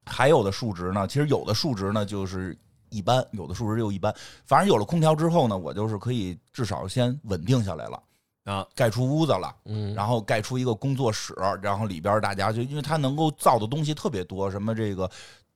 还有的数值呢，其实有的数值呢就是一般，有的数值就一般。反正有了空调之后呢，我就是可以至少先稳定下来了啊，盖出屋子了。嗯，然后盖出一个工作室，然后里边大家就因为它能够造的东西特别多，什么这个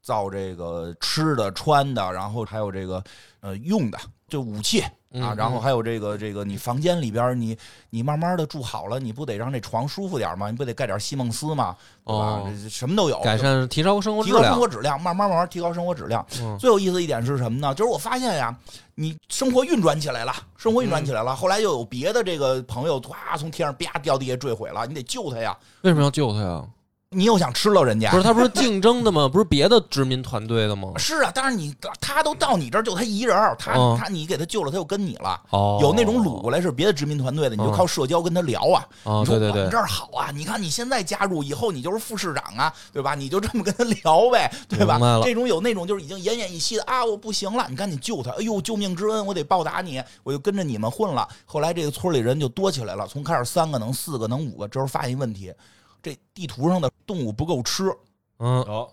造这个吃的、穿的，然后还有这个呃用的，就武器啊，嗯然后还有这个这个你房间里边你你慢慢的住好了，你不得让这床舒服点吗？你不得盖点西梦思吗？对吧？哦这什么都有，改善提高生活提质高生量活，质量，慢慢慢慢提高生活质量。嗯最有意思的一点是什么呢？就是我发现呀，你生活运转起来了，生活嗯运转起来了。后来又有别的这个朋友，哇，从天上啪掉地下坠毁了，你得救他呀。为什么要救他呀？你又想吃了人家不？是他不是竞争的吗？ *laughs* 不是别的殖民团队的吗？是啊，但是你他都到你这儿，就他一人儿，他、嗯他你给他救了，他又跟你了。哦，有那种掳过来是别的殖民团队的，你就嗯靠社交跟他聊啊。啊，你说对我对们对这，儿好啊，你看你现在加入，以后你就是副市长啊，对吧？你就这么跟他聊呗，对吧明白？了这种有那种就是已经奄奄一息的啊，我不行了，你赶紧救他！哎呦，救命之恩，我得报答你，我就跟着你们混了。后来这个村里人就多起来了，从开始三个能四个能五个，这时候发现一问题，这地图上的动物不够吃。嗯，哦，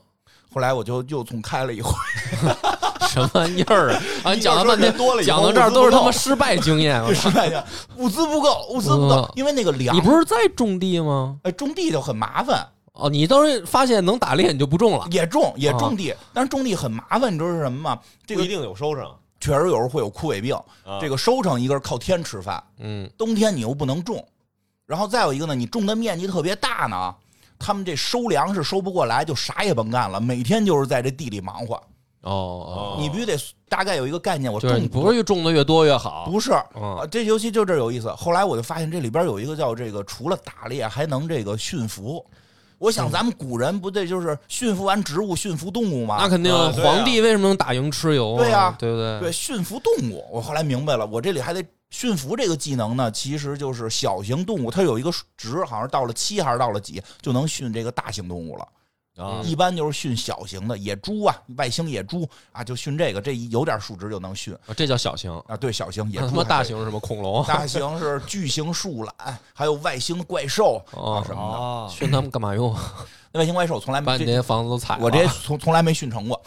后来我就又重开了一回， *laughs* 什么玩意儿啊？啊，你讲了半天，多了以后讲到这儿都是他妈失败经验 *laughs* 啊！失败去，物资不够，物资不够嗯，因为那个粮你不是在种地吗？哎种地就很麻烦，哦，你当时发现能打猎，你就不种了。也种也啊种地，但是种地很麻烦，你知道是什么吗？这不个一定有收成，确实有时候会有枯萎病，啊这个收成一个是靠天吃饭，嗯，冬天你又不能种，然后再有一个呢，你种的面积特别大呢，他们这收粮是收不过来，就啥也甭干了，每天就是在这地里忙活。哦哦你必须得大概有一个概念，我哦，就是你种不是越种的越多越好。不是。嗯啊，这游戏就这儿有意思。后来我就发现这里边有一个叫这个，除了打猎还能这个驯服。嗯我想咱们古人不对，就是驯服完植物驯服动物吗？那肯定啊，对啊皇帝为什么能打赢蚩尤啊？对呀对不对？对，驯服动物。我后来明白了，我这里还得驯服这个技能呢，其实就是小型动物，它有一个值，好像到了七还是到了几，就能驯这个大型动物了。嗯啊一般就是驯小型的野猪啊，外星野猪啊，就驯这个，这一有点数值就能驯啊这叫小型。啊。对，小型野那他猪还妈可以，大型是什么恐 *laughs* 龙？大型是巨型树懒，还有外星怪兽啊哦什么的。啊，训他们干嘛用？那外星怪兽从来把没你这，那房子都踩了。我这从从来没驯成过，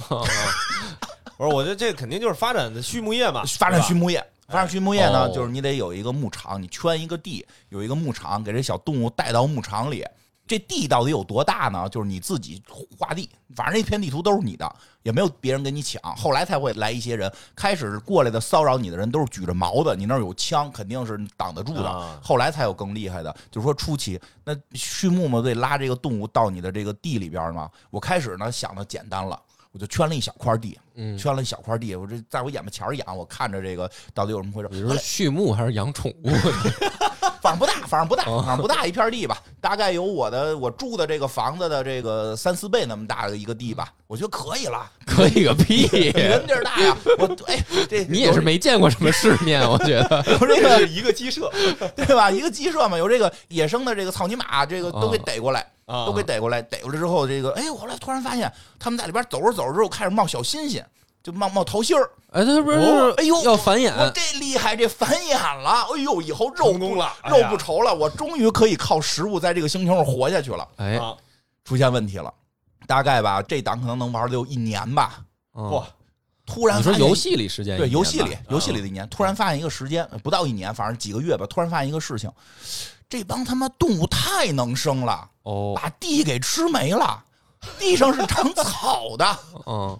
不是，我觉得这肯定就是发展的畜牧业嘛，发展对吧畜牧业。发展畜牧业呢，哦就是你得有一个牧场，你圈一个地，有一个牧场，给这小动物带到牧场里。这地到底有多大呢？就是你自己画地，反正那片地图都是你的，也没有别人跟你抢。后来才会来一些人，开始过来的骚扰你的人都是举着矛的，你那儿有枪，肯定是挡得住的。啊后来才有更厉害的，就是说初期那畜牧嘛，得拉这个动物到你的这个地里边嘛。我开始呢想的简单了，我就圈了一小块地，嗯，圈了一小块地，我这在我眼巴前儿养，我看着这个到底有什么回事。哎你是畜牧还是养宠物？ *laughs* 反正不大，反正不大，反正不大一片地吧，大概有我的我住的这个房子的这个三四倍那么大的一个地吧，嗯我觉得可以了，可以个屁！比人地儿大 *laughs* 呀。我哎，这你也是没见过什么世面，我觉 *laughs* 得。哎有这这个是一个鸡舍对吧？一个鸡舍嘛，有这个野生的这个草泥马，这个都给啊逮过来。啊，都给逮过来，逮过来之后，这个哎，我后来突然发现，他们在里边走着走着之后开始冒小心心，就冒冒桃心儿。哎，他不是哦哎呦要繁衍我这厉害，这繁衍了，哎呦，以后肉成不功了，哎肉呀不愁了，我终于可以靠食物在这个星球上活下去了。哎，啊，出现问题了，大概吧，这档可能能玩得有一年吧。哇哇！突嗯然你说发现游戏里时间对呃一游年戏吧里游戏里的一年，突然发现一个时间呃不到一年，反正几个月吧，突然发现一个事情，这帮他妈动物太能生了，哦，把地给吃没了，地上是长草的。嗯，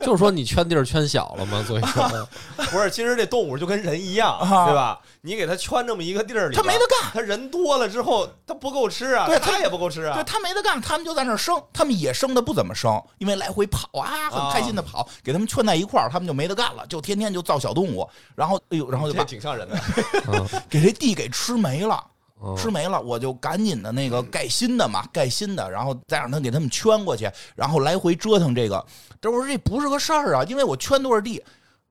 就是说你圈地儿圈小了嘛，所以说不是，其实这动物就跟人一样，啊对吧？你给它圈这么一个地儿里边，它没得干它人多了之后，它不够吃啊，对它它也不够吃啊，对他没得干，他们就在那儿生，他们也生的不怎么生，因为来回跑啊，很开心的跑，给他们圈在一块儿，他们就没得干了，就天天就造小动物，然后哎呦，然后就这把挺像人的。给这地给吃没了。哦嗯吃没了，我就赶紧的那个嗯盖新的嘛，盖新的，然后再让他给他们圈过去，然后来回折腾这个。这我说这不是个事儿啊，因为我圈多少地，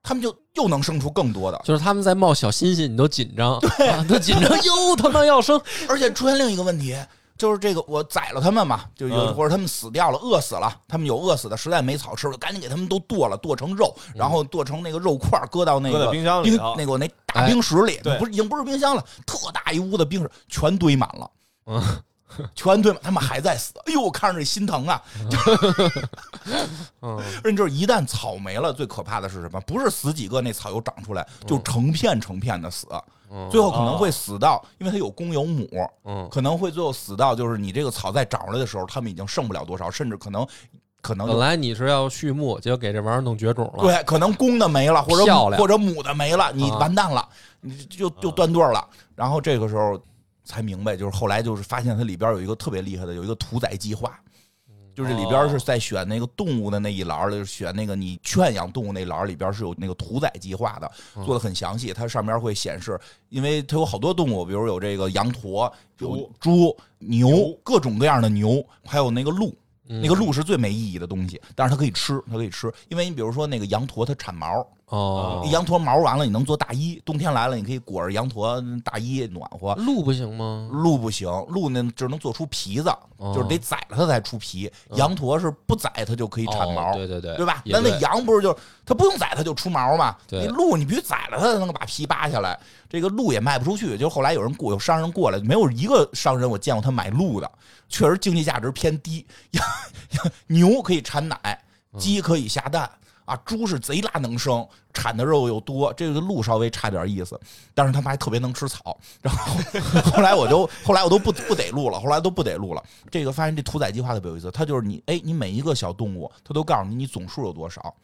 他们就又能生出更多的。就是他们在冒小星星，你都紧张，啊都 *laughs* 紧张，哟，他妈要生，而且出现另一个问题，就是这个我宰了他们嘛，就有、嗯或者他们死掉了，饿死了，他们有饿死的，实在没草吃，我就赶紧给他们都剁了，剁成肉，然后剁成那个肉块儿，搁到那嗯搁个到冰箱里啊冰头哎那个我那大冰室里，对不是已经不是冰箱了，特大一屋的冰室全堆满了。嗯 *laughs* 全堆满，他们还在死。哎呦，我看着这心疼啊！ *laughs* 嗯，而你知道，一旦草没了，最可怕的是什么？不是死几个那草又长出来，就嗯成片成片的死，最后可啊能会死到，因为它有公有母，嗯可能会最后死到就是你这个草再长出来的时候，它们已经剩不了多少，甚至可能可能呃本来你是要畜牧，结果给这玩意儿弄绝种了，对，可能公的没了，或者漂亮或者母的没了，你啊完蛋了，你就就断对儿了。然后这个时候才明白，就是后来就是发现它里边有一个特别厉害的，有一个屠宰计划。就是里边是在选那个动物的那一栏儿，就是选那个你圈养动物那栏儿里边是有那个屠宰计划的，做的很详细。它上面会显示，因为它有好多动物，比如有这个羊驼、有猪、牛，嗯各种各样的牛，还有那个鹿。那个鹿是最没意义的东西，但是它可以吃，它可以吃，因为你比如说那个羊驼，它产毛，哦，羊驼毛完了你能做大衣，冬天来了你可以裹着羊驼大衣暖和。鹿不行吗？鹿不行，鹿呢只能做出皮子，哦嗯就是得宰了它才出皮。羊驼是不宰它就可以产毛，哦对对对对吧？也那那对羊不是就它不用宰它就出毛嘛？对你鹿你必须宰了它才能把皮扒下来。这个鹿也卖不出去，就后来有人过有商人过来，没有一个商人我见过他买鹿的，确实经济价值偏低。 *laughs* 羊羊牛可以产奶，嗯鸡可以下蛋。啊，猪是贼拉能生，产的肉又多，这个鹿稍微差点意思，但是他们还特别能吃草。然后 *laughs* 后来我就后来我都不不逮鹿了，后来都不逮鹿了。这个发现这屠宰计划特别有意思，它就是你哎，你每一个小动物，它都告诉你你哎总数有多少，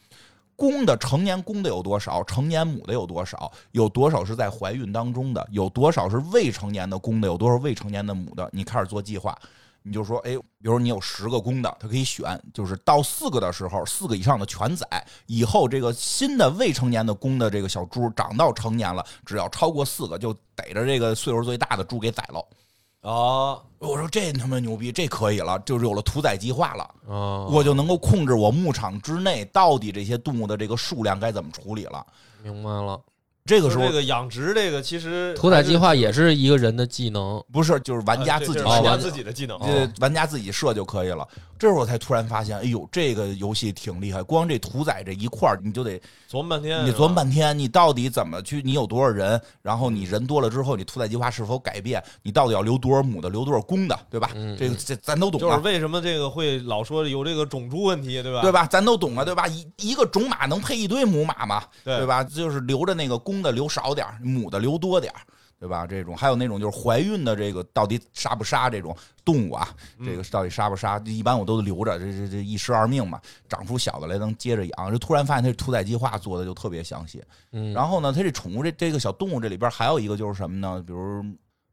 公的成年公的有多少，成年母的有多少，有多少是在怀孕当中的，有多少是未成年的公的，有多少未成年的母的，你开始做计划。你就说，哎，比如你有十个公的，它可以选，就是到四个的时候，四个以上的全宰。以后这个新的未成年的公的这个小猪长到成年了，只要超过四个，就逮着这个岁数最大的猪给宰了。哦，我说这他妈牛逼，这可以了，就是有了屠宰计划了。啊，我就能够控制我牧场之内到底这些动物的这个数量该怎么处理了。明白了，这个就时是候这个养殖这个其实屠宰计还划也是一个人的技能，不是就是玩是家呃自己这是哦玩设家玩自己的技能，这玩家自己设就可以了。这时候我才突然发现，哎呦，这个游戏挺厉害，光这屠宰这一块儿，你就得琢磨半天，啊你琢磨半半天，你到底怎么去？你有多少人？然后你人多了之后，你屠宰计划是否改变？你到底要留多少母的，留多少公的，对吧？嗯这个这咱都懂就是啊。为什么这个会老说有这个种猪问题，对吧？对吧？咱都懂啊，对吧？一一个种马能配一堆母马嘛，对对吧？就是留着那个公的留少点儿，母的留多点儿，对吧？这种还有那种就是怀孕的这个到底杀不杀这种动物啊？嗯这个到底杀不杀？一般我都留着，这这这一尸二命嘛，长出小的来能接着养。这突然发现它这屠宰计划做的就特别详细。嗯，然后呢，它这宠物这这个小动物这里边还有一个就是什么呢？比如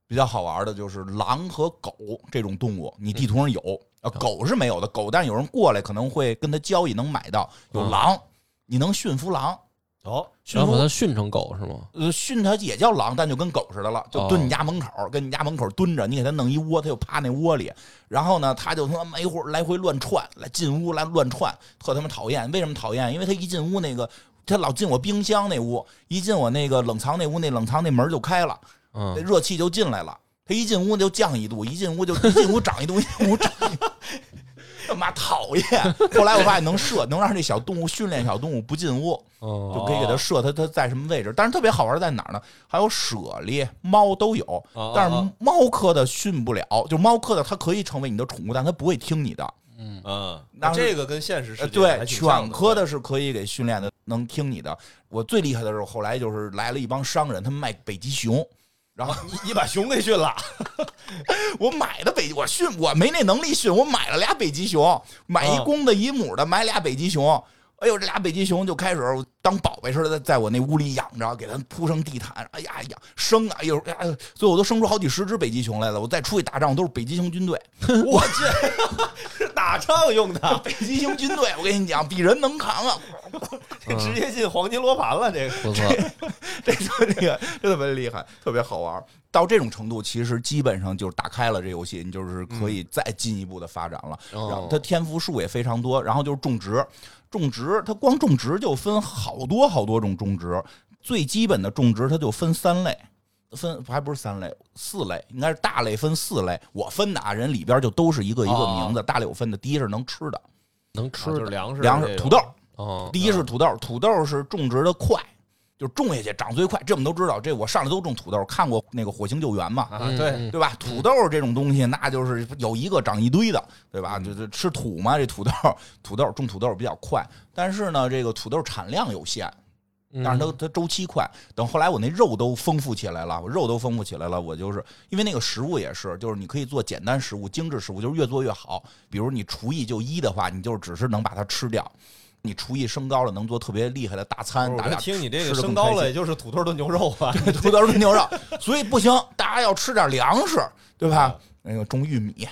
比较好玩的就是狼和狗这种动物，你地图上有嗯啊，狗是没有的，狗但是有人过来可能会跟它交易能买到。有嗯狼，你能驯服狼，哦，驯然后服把它训成狗是吗？呃训它也叫狼，但就跟狗似的了，就蹲你家门口，跟你家门口蹲着，你给它弄一窝，它就趴那窝里，然后呢，它就他妈一会儿来回乱窜，来进屋来乱窜，特他妈讨厌。为什么讨厌？因为它一进屋那个，它老进我冰箱那屋，一进我那个冷藏那屋，那冷藏那门就开了，那嗯，热气就进来了。它一进屋就降一度，一进屋就一进屋长一度，一进屋长一度。 *laughs* 他妈讨厌！后来我发现能设，能让这小动物训练小动物不进屋。哦，就可以给它设它它在什么位置。但是特别好玩在哪儿呢？还有猞猁、猫都有，哦但哦是猫科的训不了，就猫科的它可以成为你的宠物，但它不会听你的。嗯，当时这个跟现实世呃，界对，还挺像犬科的是可以给训练的，能听你的。我最厉害的是后来就是来了一帮商人，他们卖北极熊。然后你你把熊给训了，我买的北，我训我没那能力训，我买了俩北极熊，买一哦公的一母的，买俩北极熊。哎呦，这俩北极熊就开始当宝贝似的，在在我那屋里养着，给它铺上地毯。哎呀哎呀，生啊！哎呦，哎呀，最后我都生出好几十只北极熊来了。我再出去打仗，都是北极熊军队。 *laughs* 我去，是 *laughs* 打仗用的， *laughs* 北极熊军队，我跟你讲，比人能扛啊！嗯直接进黄金罗盘了。这个不错， *laughs* 这特厉害，这特别厉害，特别好玩。到这种程度，其实基本上就是打开了这游戏，你就是可以再进一步的发展了。然后嗯哦它天赋树也非常多，然后就是种植，种植它光种植就分好多好多种种植，最基本的种植它就分三类。分还不是三类，四类应该是大类分四类。我分的啊，人里边就都是一个一个哦名字。大类我分的，第一是能吃的能啊啊吃就是的粮食粮食，土豆，哦，第一是土豆，土豆是种植的快，就是种下去长最快。这我们都知道，这我上来都种土豆，看过那个《火星救援》嘛，啊，嗯对，嗯对吧？土豆这种东西，那就是有一个长一堆的，对吧？就是吃土嘛，这土豆，土豆种土豆比较快，但是呢，这个土豆产量有限，嗯但是它它周期快。等后来我那肉都丰富起来了，我肉都丰富起来了，我就是因为那个食物也是，就是你可以做简单食物、精致食物，就是越做越好。比如你厨艺就一的话，你就只是能把它吃掉；你厨艺升高了，能做特别厉害的大餐。我大就家听你这个吃得升更高开了，心也就是土豆炖牛肉 *laughs* 吧。 *laughs* 土豆炖牛肉，所以不行，大家要吃点粮食，对吧？那个种玉米，！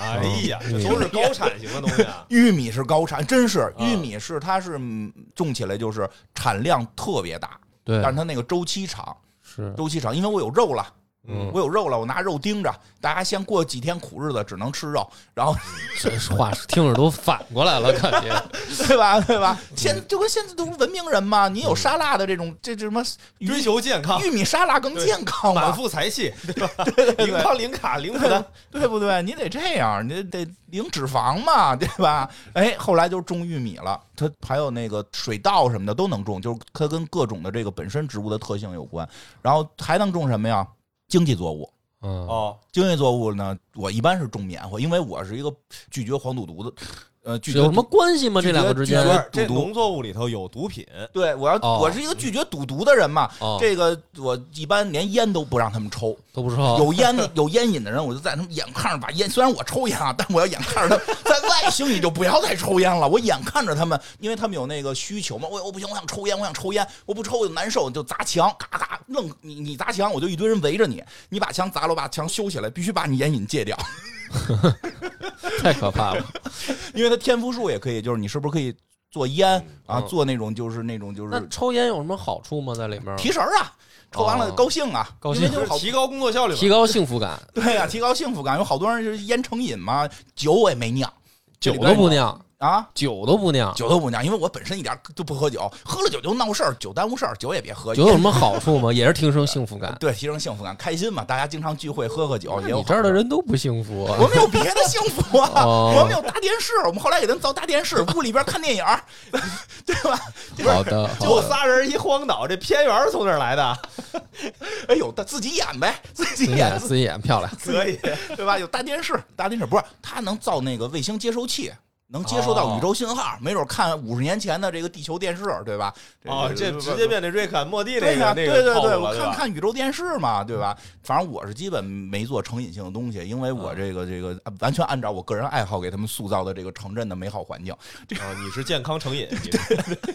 哎呀，这都是高产型的东西啊玉米是高产，真是啊玉米是它是嗯种起来就是产量特别大，但对是它那个周期长，是周期长，因为我有肉了。嗯我有肉了，我拿肉盯着，大家先过几天苦日子，只能吃肉， *laughs* 然后这话听着都反过来了，感觉对吧？对吧？现就跟现在都是文明人嘛，你有沙拉的这种，这这什么鱼嗯追求健康，玉米沙拉更健康满嘛，腹才气，对吧？零糖零卡零负担，对不对？你得这样，你得零脂肪嘛，对吧？哎，后来就种玉米了，它还有那个水稻什么的都能种，就是它跟各种的这个本身植物的特性有关，然后还能种什么呀？经济作物，嗯哦，经济作物呢，我一般是种棉花，因为我是一个拒绝黄赌毒的，呃，拒绝有什么关系吗？拒绝这两个之间拒绝这赌毒农作物里头有毒品，对，我要、哦我是一个拒绝赌毒的人嘛。哦这个我一般连烟都不让他们抽，都不知道，有烟有烟瘾的人，我就在他们眼看着把烟，虽然我抽烟啊，但我要眼看着他 *laughs* 在外星，你就不要再抽烟了。我眼看着他们，因为他们有那个需求嘛，我我不行，我想抽烟，我想抽烟，我不抽我就难受，就砸墙，咔咔愣你你砸墙，我就一堆人围着你，你把墙砸了，我把墙修起来，必须把你烟瘾戒掉。太可怕了。因为它天赋树也可以，就是你是不是可以做烟啊，嗯做那种就是那种就那是抽烟有什么好处吗？在里面提神儿啊，抽完了哦高兴啊，高因兴为就就是是好提高工作效率嘛。提高幸福感， *laughs* 对啊呀、提高幸福感。有好多人就是烟成瘾嘛，酒我也没酿酒都不酿，啊，酒都不酿，酒都不酿，因为我本身一点就不喝酒，喝了酒就闹事儿，酒耽误事儿，酒也别喝。酒有什么好处吗？也是提升幸福感。 *laughs* 对，提升幸福感，开心嘛，大家经常聚会喝喝酒也有你好这儿的处。人都不幸福啊，我们有别的幸福啊，哦我们有大电视，我们后来给他们造大电视，屋里边看电影儿，对吧？好的，好就的，仨人一荒岛，这片源儿从哪儿 *laughs* 来的？哎呦，他自己演呗，自己自己演演，自己演漂亮，可以，对吧？有大电视，大电视不是它能造那个卫星接收器，能接收哦到宇宙信号，没准看五十年前的这个地球电视，对吧？ *laughs* 哦，这直接变这瑞克和莫蒂那对呀、个对那对个对套路对，了，我对看吧？看宇宙电视嘛，对吧？反正我是基本没做成瘾性的东西，因为嗯我这个这个完全按照我个人爱好给他们塑造的这个城镇的美好环境，啊，你是健康成瘾，你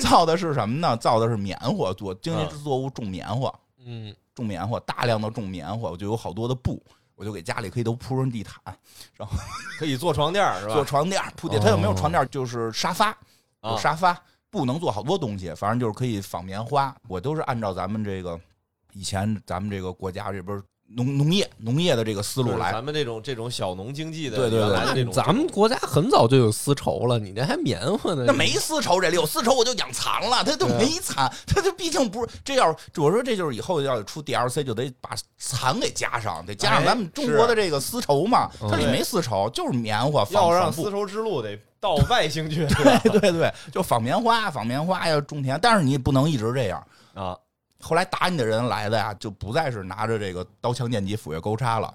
造的是什么呢？造的是棉花做经济嗯作物种棉花，嗯，种棉花，大量的种棉花，我就有好多的布。我就给家里可以都铺上地毯，可以做床垫儿是做吧？哦床垫铺地，它有没有床垫就是沙发，有啊，沙发，不能做好多东西，反正就是可以仿棉花。我都是按照咱们这个以前咱们这个国家这边农农业农业的这个思就路是来。咱们这种这种小农经济的，对对对原来的这种，嗯咱们国家很早就有丝绸了，你这还棉花呢？那没丝绸这里有丝绸我就养蚕了，它都对啊没蚕，它这毕竟不是这要我说这就是以后要出 DLC 就得把蚕给加上，得加上哎咱们中是国的这个丝绸嘛，嗯它里没丝绸，就是棉花纺要让纺布，丝绸之路得到外星去，*laughs* 是吧？ *laughs* 对对对，就纺棉花，纺棉花要种田，但是你不能一直这样，啊，后来打你的人来的呀，就不再是拿着这个刀枪剑戟斧钺钩叉了，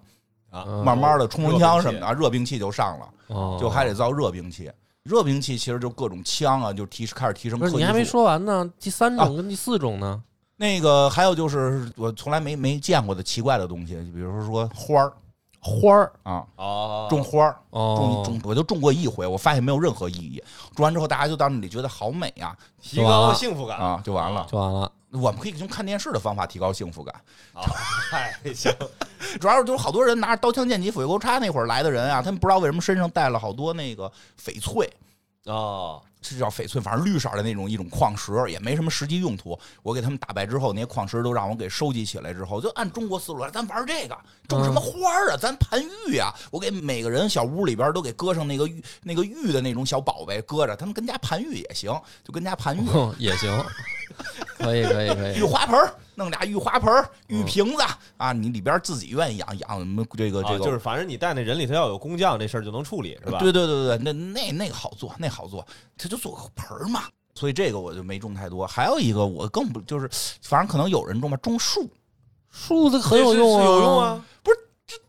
啊，嗯，慢慢的冲锋枪什么的，热兵器就上了，哦就还得造热兵器。热兵器其实就各种枪啊，就提开始提升不科是技。你还没，说完呢，第三种跟第四种呢？那个还有就是我从来没没见过的奇怪的东西，比如说花儿，花儿啊，哦，种花儿，哦种，种，我就种过一回，我发现没有任何意义。种完之后，大家就到那里觉得好美啊提高幸福感啊，就完了。就完了。我们可以用看电视的方法提高幸福感。啊，太行，主要是就是好多人拿着刀枪剑戟斧钺钩叉那会儿来的人啊，他们不知道为什么身上带了好多那个翡翠，哦，是叫翡翠，反正绿色的那种一种矿石，也没什么实际用途。我给他们打败之后，那些矿石都让我给收集起来之后，就按中国思路来，咱玩这个，种什么花儿啊，咱盘玉啊。我给每个人小屋里边都给搁上那个玉那个玉的那种小宝贝，搁着，他们跟家盘玉也行，就跟家盘玉。嗯哼，哦也 *laughs* 行，可以可以可以玉。花盆儿，弄俩玉花盆儿、玉瓶子啊，你里边自己愿意养养什么这个这啊个，就是反正你带那人里头要有工匠，这事儿就能处理是吧？对对对对，那那那个好做，那好做，他就做个盆儿嘛。所以这个我就没种太多。还有一个我更不就是，反正可能有人种吧，种树。树子很这有是，用啊，是有用！啊，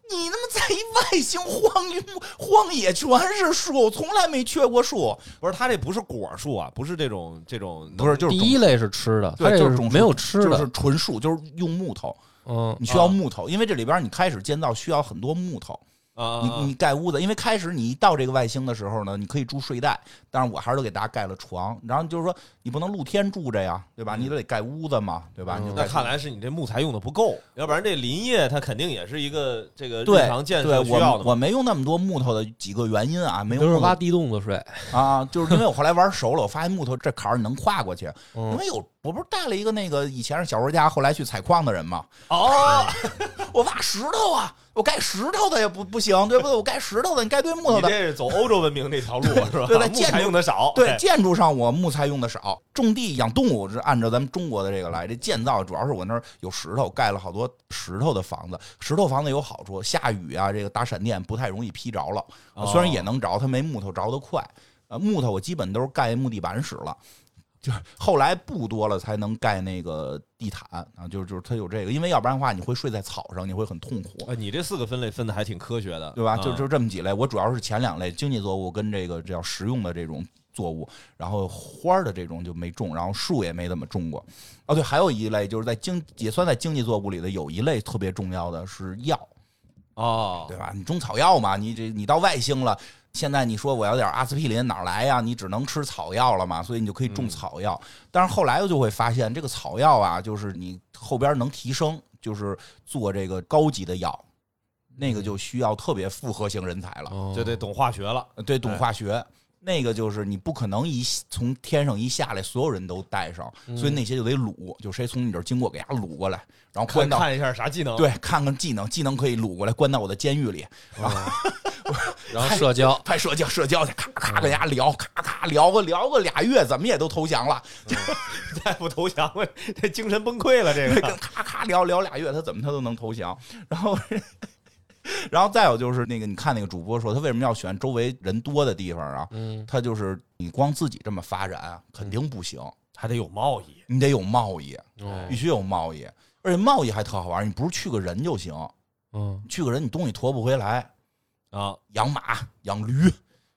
你他妈在一外星荒原荒野全是树，我从来没缺过树。不是它这不是果树啊，不是这种这种不是，就是第种一类是吃的，它这对，就是是种没有树吃就的是，纯树，就是用木头。嗯，你需要木头，因为这里边你开始建造需要很多木头。啊啊你啊你盖屋子，因为开始你一到这个外星的时候呢，你可以住睡袋，但是我还是都给大家盖了床。然后就是说，你不能露天住着呀，对吧？你得盖屋子嘛，对吧？你就那盖看来是你这木材用的不够，要不然这林业它肯定也是一个这个日对常建对设需要我的嘛。我没用那么多木头的几个原因啊，没有都是木头挖地洞子睡。啊，就是因为我后来玩熟了，我发现木头这坎儿你能跨过去。嗯因为有我不是带了一个那个以前是小说家，后来去采矿的人嘛，哦，我挖石头啊，我盖石头的也不不行，对不对？我盖石头的，你盖堆木头你的这是走欧洲文明这条路啊是 *laughs* 吧？对对木建材筑用的少，对哎，建筑上我木材用的少，种地养动物是按照咱们中国的这个来。这建造主要是我那儿有石头，盖了好多石头的房子。石头房子有好处，下雨啊，这个打闪电不太容易劈着了。呃虽哦然也能着，它没木头着的快。呃，木头我基本都是盖木地板使了。就是后来布多了才能盖那个地毯啊，就是就是它有这个，因为要不然的话你会睡在草上，你会很痛苦。哎你这四个分类分的还挺科学的，对吧？啊就就这么几类，我主要是前两类经济作物跟这个叫食用的这种作物，然后花儿的这种就没种，然后树也没怎么种过。哦，对，还有一类就是在经也算在经济作物里的，有一类特别重要的是药，哦对吧？你中草药嘛，你这你到外星了。现在你说我要点阿司匹林哪儿来呀？你只能吃草药了嘛，所以你就可以嗯种草药。但是后来就会发现，这个草药啊，就是你后边能提升，就是做这个高级的药，那嗯个就需要特别复合型人才了。哦就得懂化学了。呃对，懂哎化学。那个就是你不可能一从天上一下来，所有人都带上，所以那些就得掳，就谁从你这儿经过，给他掳过来，然后嗯看关到看一下啥技能，对，看看技能，技能可以掳过来，关到我的监狱里，哦然后社 *laughs* 交，拍社交社交去，咔咔跟人家聊，咔咔聊个聊个俩月，怎么也都投降了， *laughs* 再不投降， *laughs* 我这精神崩溃了。这跟个咔咔聊聊俩月，他怎么他都能投降，然后。 *laughs* 然后再有就是那个，你看那个主播说他为什么要选周围人多的地方啊？嗯，他就是你光自己这么发展啊肯定不行，还得有贸易，你得有贸易，哦必须有贸易，而且贸易还特好玩儿，你不是去个人就行，嗯，去个人你东西驮不回来，啊，养马、养驴，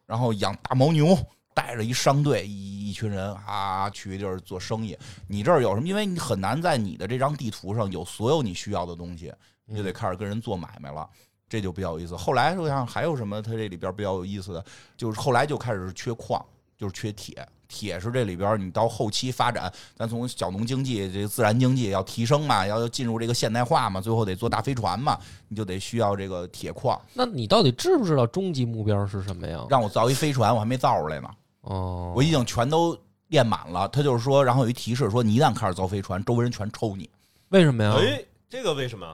然后养大牦牛，带着一商队一一群人啊去一地儿做生意。你这儿有什么？因为你很难在你的这张地图上有所有你需要的东西，你就得开始跟人做买卖了。这就比较有意思。后来我想还有什么？它这里边比较有意思的，就是后来就开始缺矿，就是缺铁。铁是这里边你到后期发展，咱从小农经济、这个自然经济要提升嘛，要进入这个现代化嘛，最后得坐大飞船嘛，你就得需要这个铁矿。那你到底知不知道终极目标是什么呀？让我造一飞船，我还没造出来呢，哦，我已经全都练满了。他就是说，然后有一提示说，你一旦开始造飞船，周围人全抽你。为什么嗯呀？哎，这个为什么？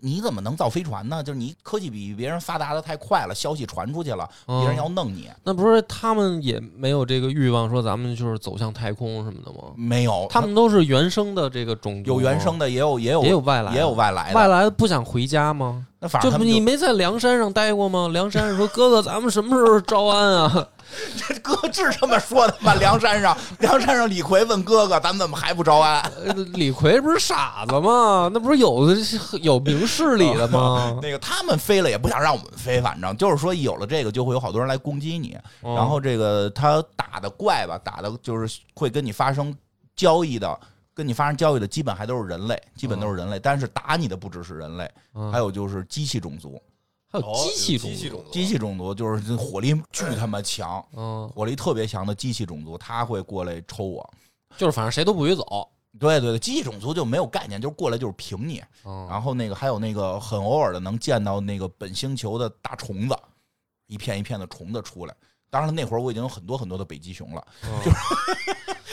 你怎么能造飞船呢？就是你科技比别人发达的太快了，消息传出去了，嗯别人要弄你。那不是他们也没有这个欲望，说咱们就是走向太空什么的吗？没有，他们都是原生的这个种族吗，哦有原生的，也有也有也有外来的，也有外来的。外来的不想回家吗？那反这正不他们你就没在梁山上待过吗？ *laughs* 梁山上说：“哥哥，咱们什么时候招安啊 *laughs* *laughs* 哥是这么说的吧？梁山上，梁山上李逵问哥哥：“咱们怎么还不招安？”？”呃李逵不是傻子吗？那不是有的有明事理的吗？那个他们飞了也不想让我们飞，反正就是说有了这个就会有好多人来攻击你。哦 *laughs* 然后这个他打的怪吧，打的就是会跟你发生交易的，跟你发生交易的基本还都是人类，基本都是人类，但是打你的不只是人类，嗯还有就是机器种族。还有机器机器中中毒，毒，机器种族就是这火力巨他妈强，嗯，火力特别强的机器种族，他会过来抽我。就是反正谁都不许走，对对对，机器种族就没有概念，就是过来就是啊平你。嗯，然后那个还有那个很偶尔的能见到那个本星球的大虫子，一片一片的虫子出来。当然了，那会儿我已经有很多很多的北极熊了，嗯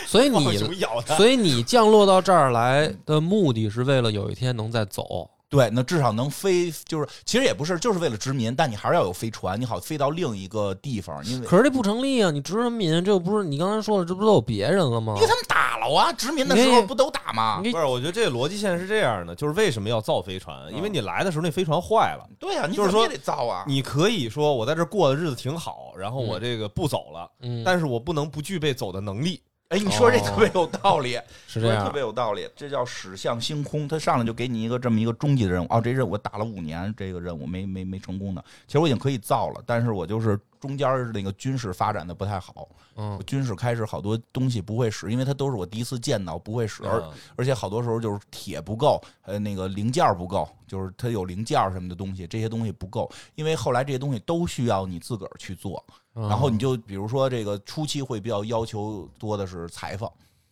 所 *laughs* 以 *laughs* 你你，咬它，所以你降落到这儿来的目的是为了有一天能再走，对，那至少能飞，就是其实也不是，就是为了殖民，但你还是要有飞船，你好飞到另一个地方，因为可是这不成立啊！你殖民，这不是你刚才说了，这不都有别人了吗因为？他们打了啊，殖民的你时看候不都打吗？你不是，我觉得这逻辑线是这样的，就是为什么要造飞船？因为你来的时候那飞船坏了，对啊，你就是怎么说也得造嗯啊，你可以说我在这儿过的日子挺好，然后我这个不走了，嗯，但是我不能不具备走的能力。哎，你说这特别有道理，是这说哦这特样别，有道理，这叫驶向星空。他上来就给你一个这么一个终极的任务啊，这任务我打了五年，这个任务没没没成功的。其实我已经可以造了，但是我就是中间那个军事发展的不太好，嗯我，军事开始好多东西不会使，因为它都是我第一次见到，不会使，而嗯而且好多时候就是铁不够，呃，那个零件儿不够，就是它有零件儿什么的东西，这些东西不够，因为后来这些东西都需要你自个儿去做，然然后你就比如说这个初期会比较要求多的是裁缝。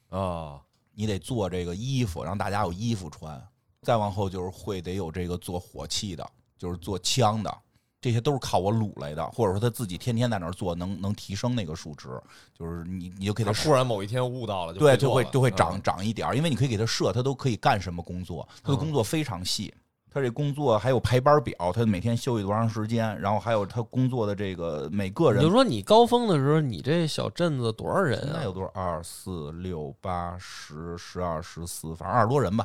啊，你得做这个衣服，让大家有衣服穿。再往后就是会得有这个做火器的，就是做枪的，这些都是靠我撸来的，或者说他自己天天在那儿做，能能提升那个数值，就是你你就给他他突然某一天悟到了，对，就就会会做了就会嗯长长一点儿，因为你可以给他设，他都可以干什么工作，他的工嗯作非常细。他这工作还有排班表，他每天休息多长时间，然后还有他工作的这个每个你人就说你高峰的时候，你这小镇子多少人现在有啊？多少？二四六八十十二十四，反正二十多人吧，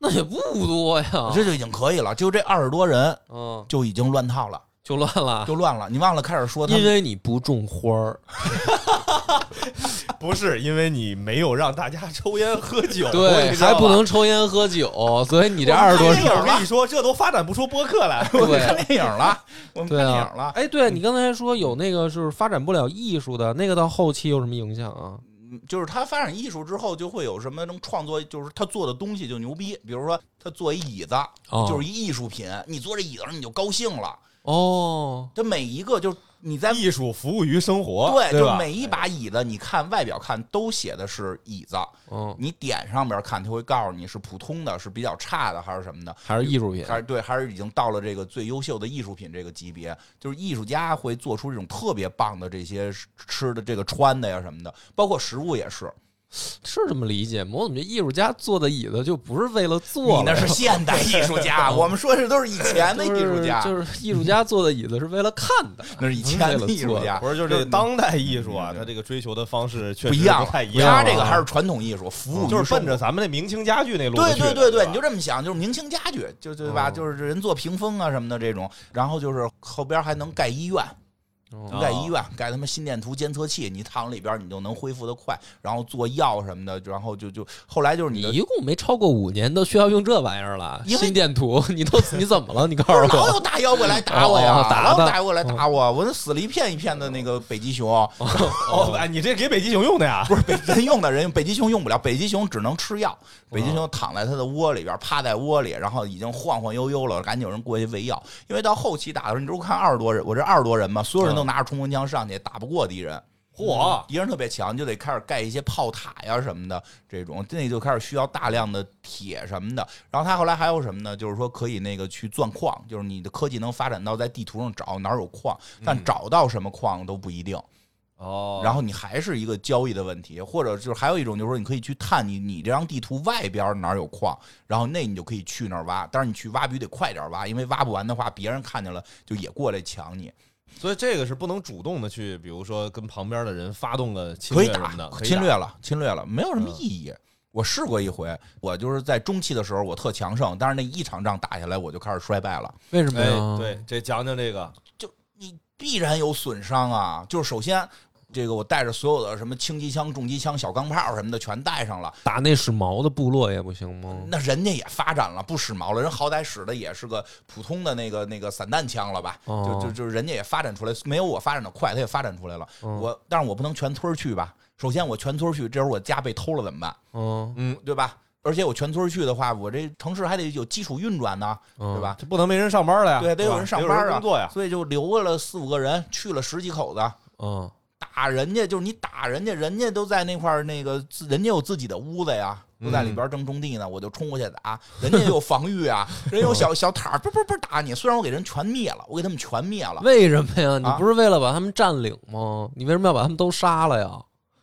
那也不多呀，这就已经可以了。就这二十多人，嗯，就已经乱套了，就乱了，就乱了。你忘了开始说他啊因们为你不种花儿，不是因为你没有让大家 *laughs* 抽烟喝酒，对，你知道还吧不能抽烟喝酒，所以你这二十多我看电影人，我跟你说，这都发展不出播客 *laughs* 来。对看。电影了，我们看对电啊影了，。嗯哎，对你刚才说有那个就是发展不了艺术的那个，到后期有什么影响啊？嗯就是他发展艺术之后，就会有什么能创作，就是他做的东西就牛逼。比如说，他做一椅子，哦就是一艺术品。你坐这椅子上你就高兴了。哦，他每一个就是你在艺术服务于生活，对，对就吧？每一把椅子，你看外表看都写的是椅子，嗯，你点上边看，他会告诉你是普通的，是比较差的还是什么的。还是艺术品，还是对，还是已经到了这个最优秀的艺术品这个级别，就是艺术家会做出这种特别棒的这些吃的、这个穿的呀什么的，包括食物也是。是这么理解吗？我怎么觉得艺术家坐的椅子就不是为了坐你了那是现代艺术 *laughs* 家，我们说这都是以前的就艺是术家，就是艺术家坐的椅子是为了看的，那是以前的艺术家。不是，就是这当代艺术啊，嗯它这个追求的方式确不实一样不太一了，样啊。他这个还是传统艺术，服务于就是奔着生活咱们那明清家具那路子对去的对对对对，吧，你就这么想，就是明清家具，就对吧？嗯就是人做屏风啊什么的这种，然后就是后边还能盖医院，嗯啊盖医院，盖他妈心电图监测器，你躺里边你就能恢复的快，然后做药什么的，然后就就后来就是你你的一共没超过五年，都需要用这玩意儿了。因为心电图，你都你怎么了？你告诉 *laughs* 老我，有打妖怪来打我呀，哦打老有的打妖怪来打我，我那死了一片一片的那个北极熊，哦，哎，你这给北极熊用的呀？不是北人用的人，北极熊用不了，北极熊只能吃药，北极熊躺在它的窝里边，趴在窝里，然后已经晃晃悠悠了，赶紧有人过去喂药，因为到后期打的时候，你都看二十多人，我这二十多人嘛，所有人都拿着冲锋枪上去，打不过敌人。嚯，敌人特别强，就得开始盖一些炮塔呀什么的，这种那就开始需要大量的铁什么的。然后他后来还有什么呢？就是说可以那个去钻矿，就是你的科技能发展到在地图上找哪儿有矿，但找到什么矿都不一定。哦然后你还是一个交易的问题，或者就是还有一种就是说，你可以去探你你这张地图外边哪儿有矿，然后那你就可以去那儿挖，但是你去挖必须得快点挖，因为挖不完的话，别人看见了就也过来抢你。所以这个是不能主动的去，比如说跟旁边的人发动个侵可略以什打么的，，可以侵打嗯略啊了，侵略了，没有什么意义。我试过一回，我就是在中期的时候我特强盛，但是那一场仗打下来我就开始衰败了。为什么哎，嗯呀？对，这讲讲这个，就你必然有损伤啊。就是首先，这个我带着所有的什么轻机枪、重机枪、小钢炮什么的全带上了，打那是毛的部落也不行吗？那人家也发展了，不使毛了，人好歹使的也是个普通的那个那个散弹枪了吧？哦就就就是人家也发展出来，没有我发展的快，他也发展出来了。嗯我但是我不能全村儿去吧？首先我全村儿去，这会儿我家被偷了怎么办？嗯，嗯，对吧？而且我全村去的话，我这城市还得有基础运转呢，嗯对吧？这不能没人上班了呀，对，得有人上有班人啊工，作呀，所以就留了四五个人，去了十几口子。嗯，打人家就是你打人家，人家都在那块儿那个自，人家有自己的屋子呀，都在里边正种地呢，我就冲过去打，人家有防御啊，人有小小塔儿，不不不打你，虽然我给人全灭了，我给他们全灭了，嗯为什么呀？你啊不是为了把他们占领吗？你为什么要把他们都杀了呀？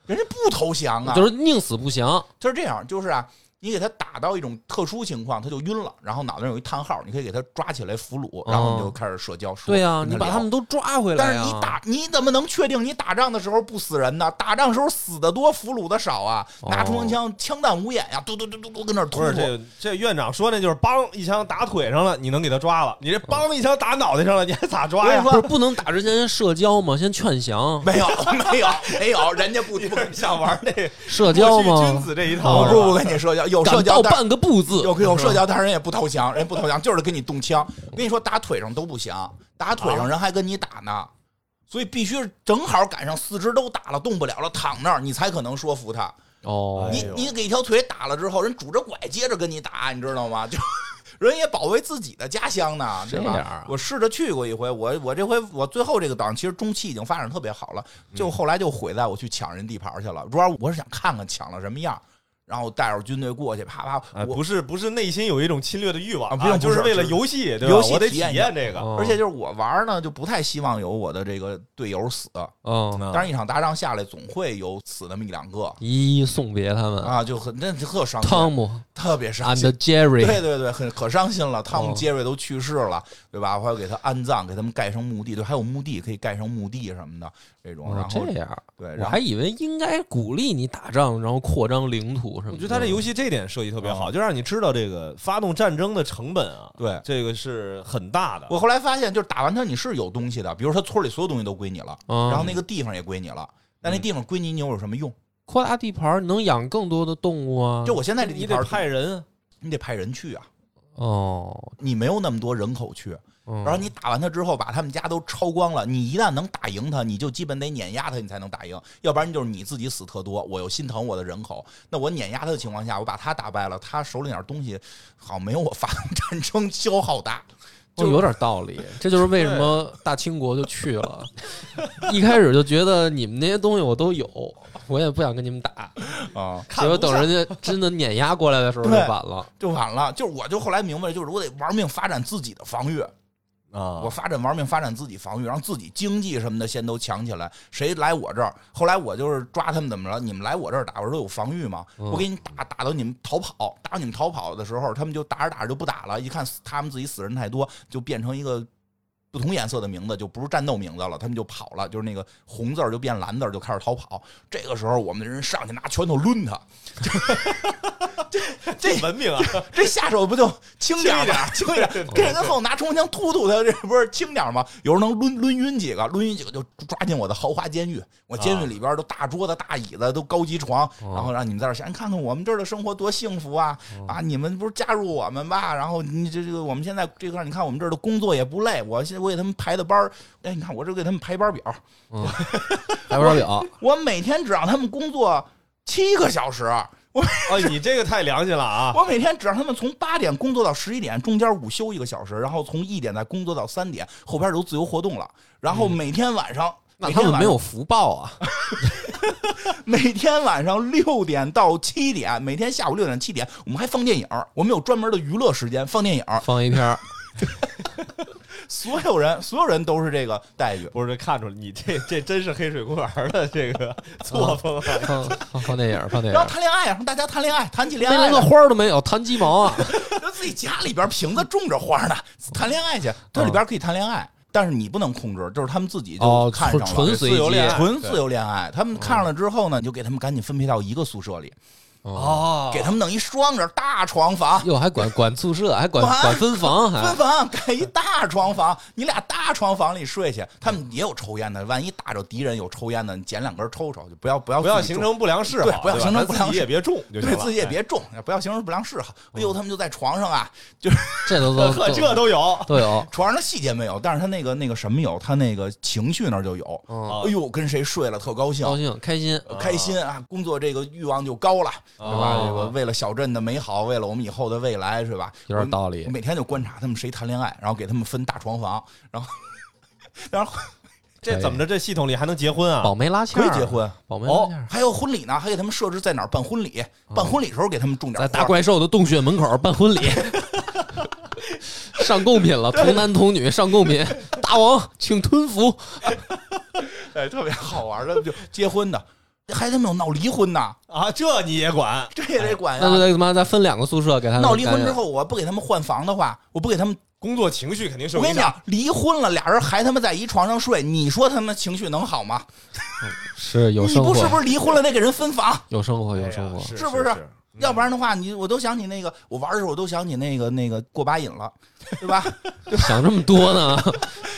人家不投降啊，就是宁死不降。就是这样，就是啊，你给他打到一种特殊情况，他就晕了，然后脑袋上有一叹号，你可以给他抓起来俘虏，然后你就开始社交。说哦对呀、啊跟你把聊他们都抓回来但呀、是啊你打，你怎么能确定你打仗的时候不死人呢？打仗时候死的多，俘虏的少啊！哦拿冲锋枪，枪弹无眼呀、嘟嘟嘟嘟嘟跟那儿突不是突。这这院长说那就是梆一枪打腿上了，你能给他抓嗯了？你这梆一枪打脑袋上了，你还咋抓呀？不是不能打之前先社交吗？先劝降，没有， *laughs* 没有，没有，*laughs* 人家不不不是想玩那个社交过去君吗？子这一套不是吧？不跟你社交，有社敢交到但半个不字，有有社交，但是人也不投降，人不投降就是跟你动枪。我跟你说，打腿上都不行，打腿啊上人还跟你打呢，所以必须是正好赶上四肢都打了，动不了了，躺那儿，你才可能说服他。哦，你你给一条腿打了之后，人拄着拐接着跟你打，你知道吗？ *laughs* 就人也保卫自己的家乡呢，对这样啊吧？我试着去过一回，我我这回我最后这个档其实中期已经发展特别好了，嗯就后来就毁在我去抢人地盘去了。主要我是想看看抢了什么样，然后带着军队过去，啪啪，哎啊，我不是不是内心有一种侵略的欲望啊不是就是不是为了游戏，对吧？游戏我得体体验嗯验这个。哦而且就是我玩呢，就不太希望有我的这个队友死，嗯，嗯当然一场大仗下来总会有死那么一两个一一送别他们。啊，就很那特伤汤心，姆特别伤 and 心。 *laughs* Jerry，对对对，很可伤心了。汤姆哦·杰瑞都去世了，对吧？还有给他安葬，给他们盖上墓地，对，还有墓地可以盖上墓地什么的这种。哦然后这样，对，我然后还以为应该鼓励你打仗，然后扩张领土什么的。我觉得他这游戏这点设计特别嗯好，就让你知道这个发动战争的成本啊，对这个是很大的。我后来发现，就是打完他你是有东西的，比如说他村里所有东西都归你了，嗯，然后那个地方也归你了。但那地方归你，你又有什么用？扩大地盘儿，能养更多的动物啊。就我现在这你地得盘，派人啊，你得派人去啊，哦，你没有那么多人口去。嗯然后你打完他之后，把他们家都抄光了。你一旦能打赢他，你就基本得碾压他，你才能打赢。要不然就是你自己死特多，我又心疼我的人口。那我碾压他的情况下，我把他打败了，他手里那点东西好像没有我发动战争消耗大。就哦有点道 *laughs* 理，这就是为什么大清国就去了。 *laughs* 一开始就觉得你们那些东西我都有，我也不想跟你们打，啊，结果等人家真的碾压过来的时候就对晚了。就完了。就是我就后来明白，就是我得玩命发展自己的防御，我啊我发展玩命发展自己防御，让自己经济什么的先都强起来。谁来我这儿？后来我就是抓他们怎么了？你们来我这儿打，我说有防御吗？嗯我给你打打到你们逃跑，打到你们逃跑的时候，他们就打着打着就不打了。一看死他们自己死人太多，就变成一个。不同颜色的名字就不是战斗名字了，他们就跑了，就是那个红字儿就变蓝字儿，就开始逃跑。这个时候，我们的人上去拿拳头抡他， *laughs* 这文明啊，这下手不就轻点儿吗？轻一点儿，跟人家后拿冲锋枪突突他，这不是轻点儿吗？有人能抡抡晕几个，抡晕几个就抓进我的豪华监狱。我监狱里边都大桌子、大椅子，都高级床，然后让你们在这儿想，你哎看看我们这儿的生活多幸福啊！啊，你们不是加入我们吧？然后你这这个我们现在这块儿，你看我们这儿的工作也不累，我现在我给他们排的班儿，哎，你看我这给他们排班表，还玩表，我每天只让他们工作七个小时。哦，你这个太良心了啊！我每天只让他们从八点工作到十一点，中间午休一个小时，然后从一点再工作到三点，后边都自由活动了。然后每天晚上，那每哎他天们晚没有福报 *laughs* 啊！每天晚上六点到七点，每天下午六点七点，我们还放电影，我们有专门的娱乐时间放电影。放一篇 *laughs* 儿，所有人，所有人都是这个待遇。不是，这看出来你这这真是黑水公园的这个作风啊！放放放电影儿，放电影然后儿。谈恋爱，让大家谈恋爱，谈起恋那爱连来个，花儿都没有，弹鸡毛 *laughs* 啊！就自己家里边瓶子种着花呢，谈恋爱去，这里边可以谈恋爱，但是你不能控制，就是他们自己哦就，看上纯了。纯随自由机恋爱纯自由恋爱。他嗯们看上了之后呢，你就给他们赶紧分配到一个宿舍里，哦，哦给他们弄一双人大床房，哟，还管管宿舍，还管哇管分房，嗯还分房盖一大床房，你俩大床房里睡去。他们也有抽烟的，万一打着敌人有抽烟的，你捡两根抽抽，就不要不要不要自己形种成不良嗜好，对不要吧形成不咱良自己也别中就行对了，哎嗯自己也别种，不要形成不良嗜好。哎呦，他们就在床上啊，就是这都 *laughs* 哎都呵，这都都有。都有。床上的细节没有，但是他那个那个什么有，他那个情绪那儿就有。嗯，啊哦哎呦，跟谁睡了特高兴，高兴开心，开心啊，工作这个欲望就高了，对吧？哦这个为了小镇的美好，为了我们以后的未来，是吧？有点道理我每天就观察他们谁谈恋爱，然后给他们分大床房，然后然后这怎么着？这系统里还能结婚哦啊？保媒拉线可儿以结，婚。哦保媒拉线儿，还有婚礼呢，还给他们设置在哪儿办婚礼，办婚礼时候给他们种点嗯在花。大怪兽的洞穴门口办婚礼， *laughs* 上贡品了，童男童女上贡品，大王请吞服，哎，特别好玩的，就结婚的， *laughs* 还他们有闹离婚的，啊，这你也管？ *laughs* 这也得管哎那就哎呀。得他妈再分两个宿舍给他们闹离婚干之净，后，我不给他们换房的话，我不给他们，工作情绪肯定受我跟影你响。讲，离婚了，俩人还他妈在一床上睡，你说他们情绪能好吗？是有你生不是不活，是离婚了得给人分房？有生活，哎有呀生活，是不是？嗯要不然的话，你我都想起那个，我玩的时候我都想起那个那个过把瘾了， *laughs* 对吧？想这么多呢？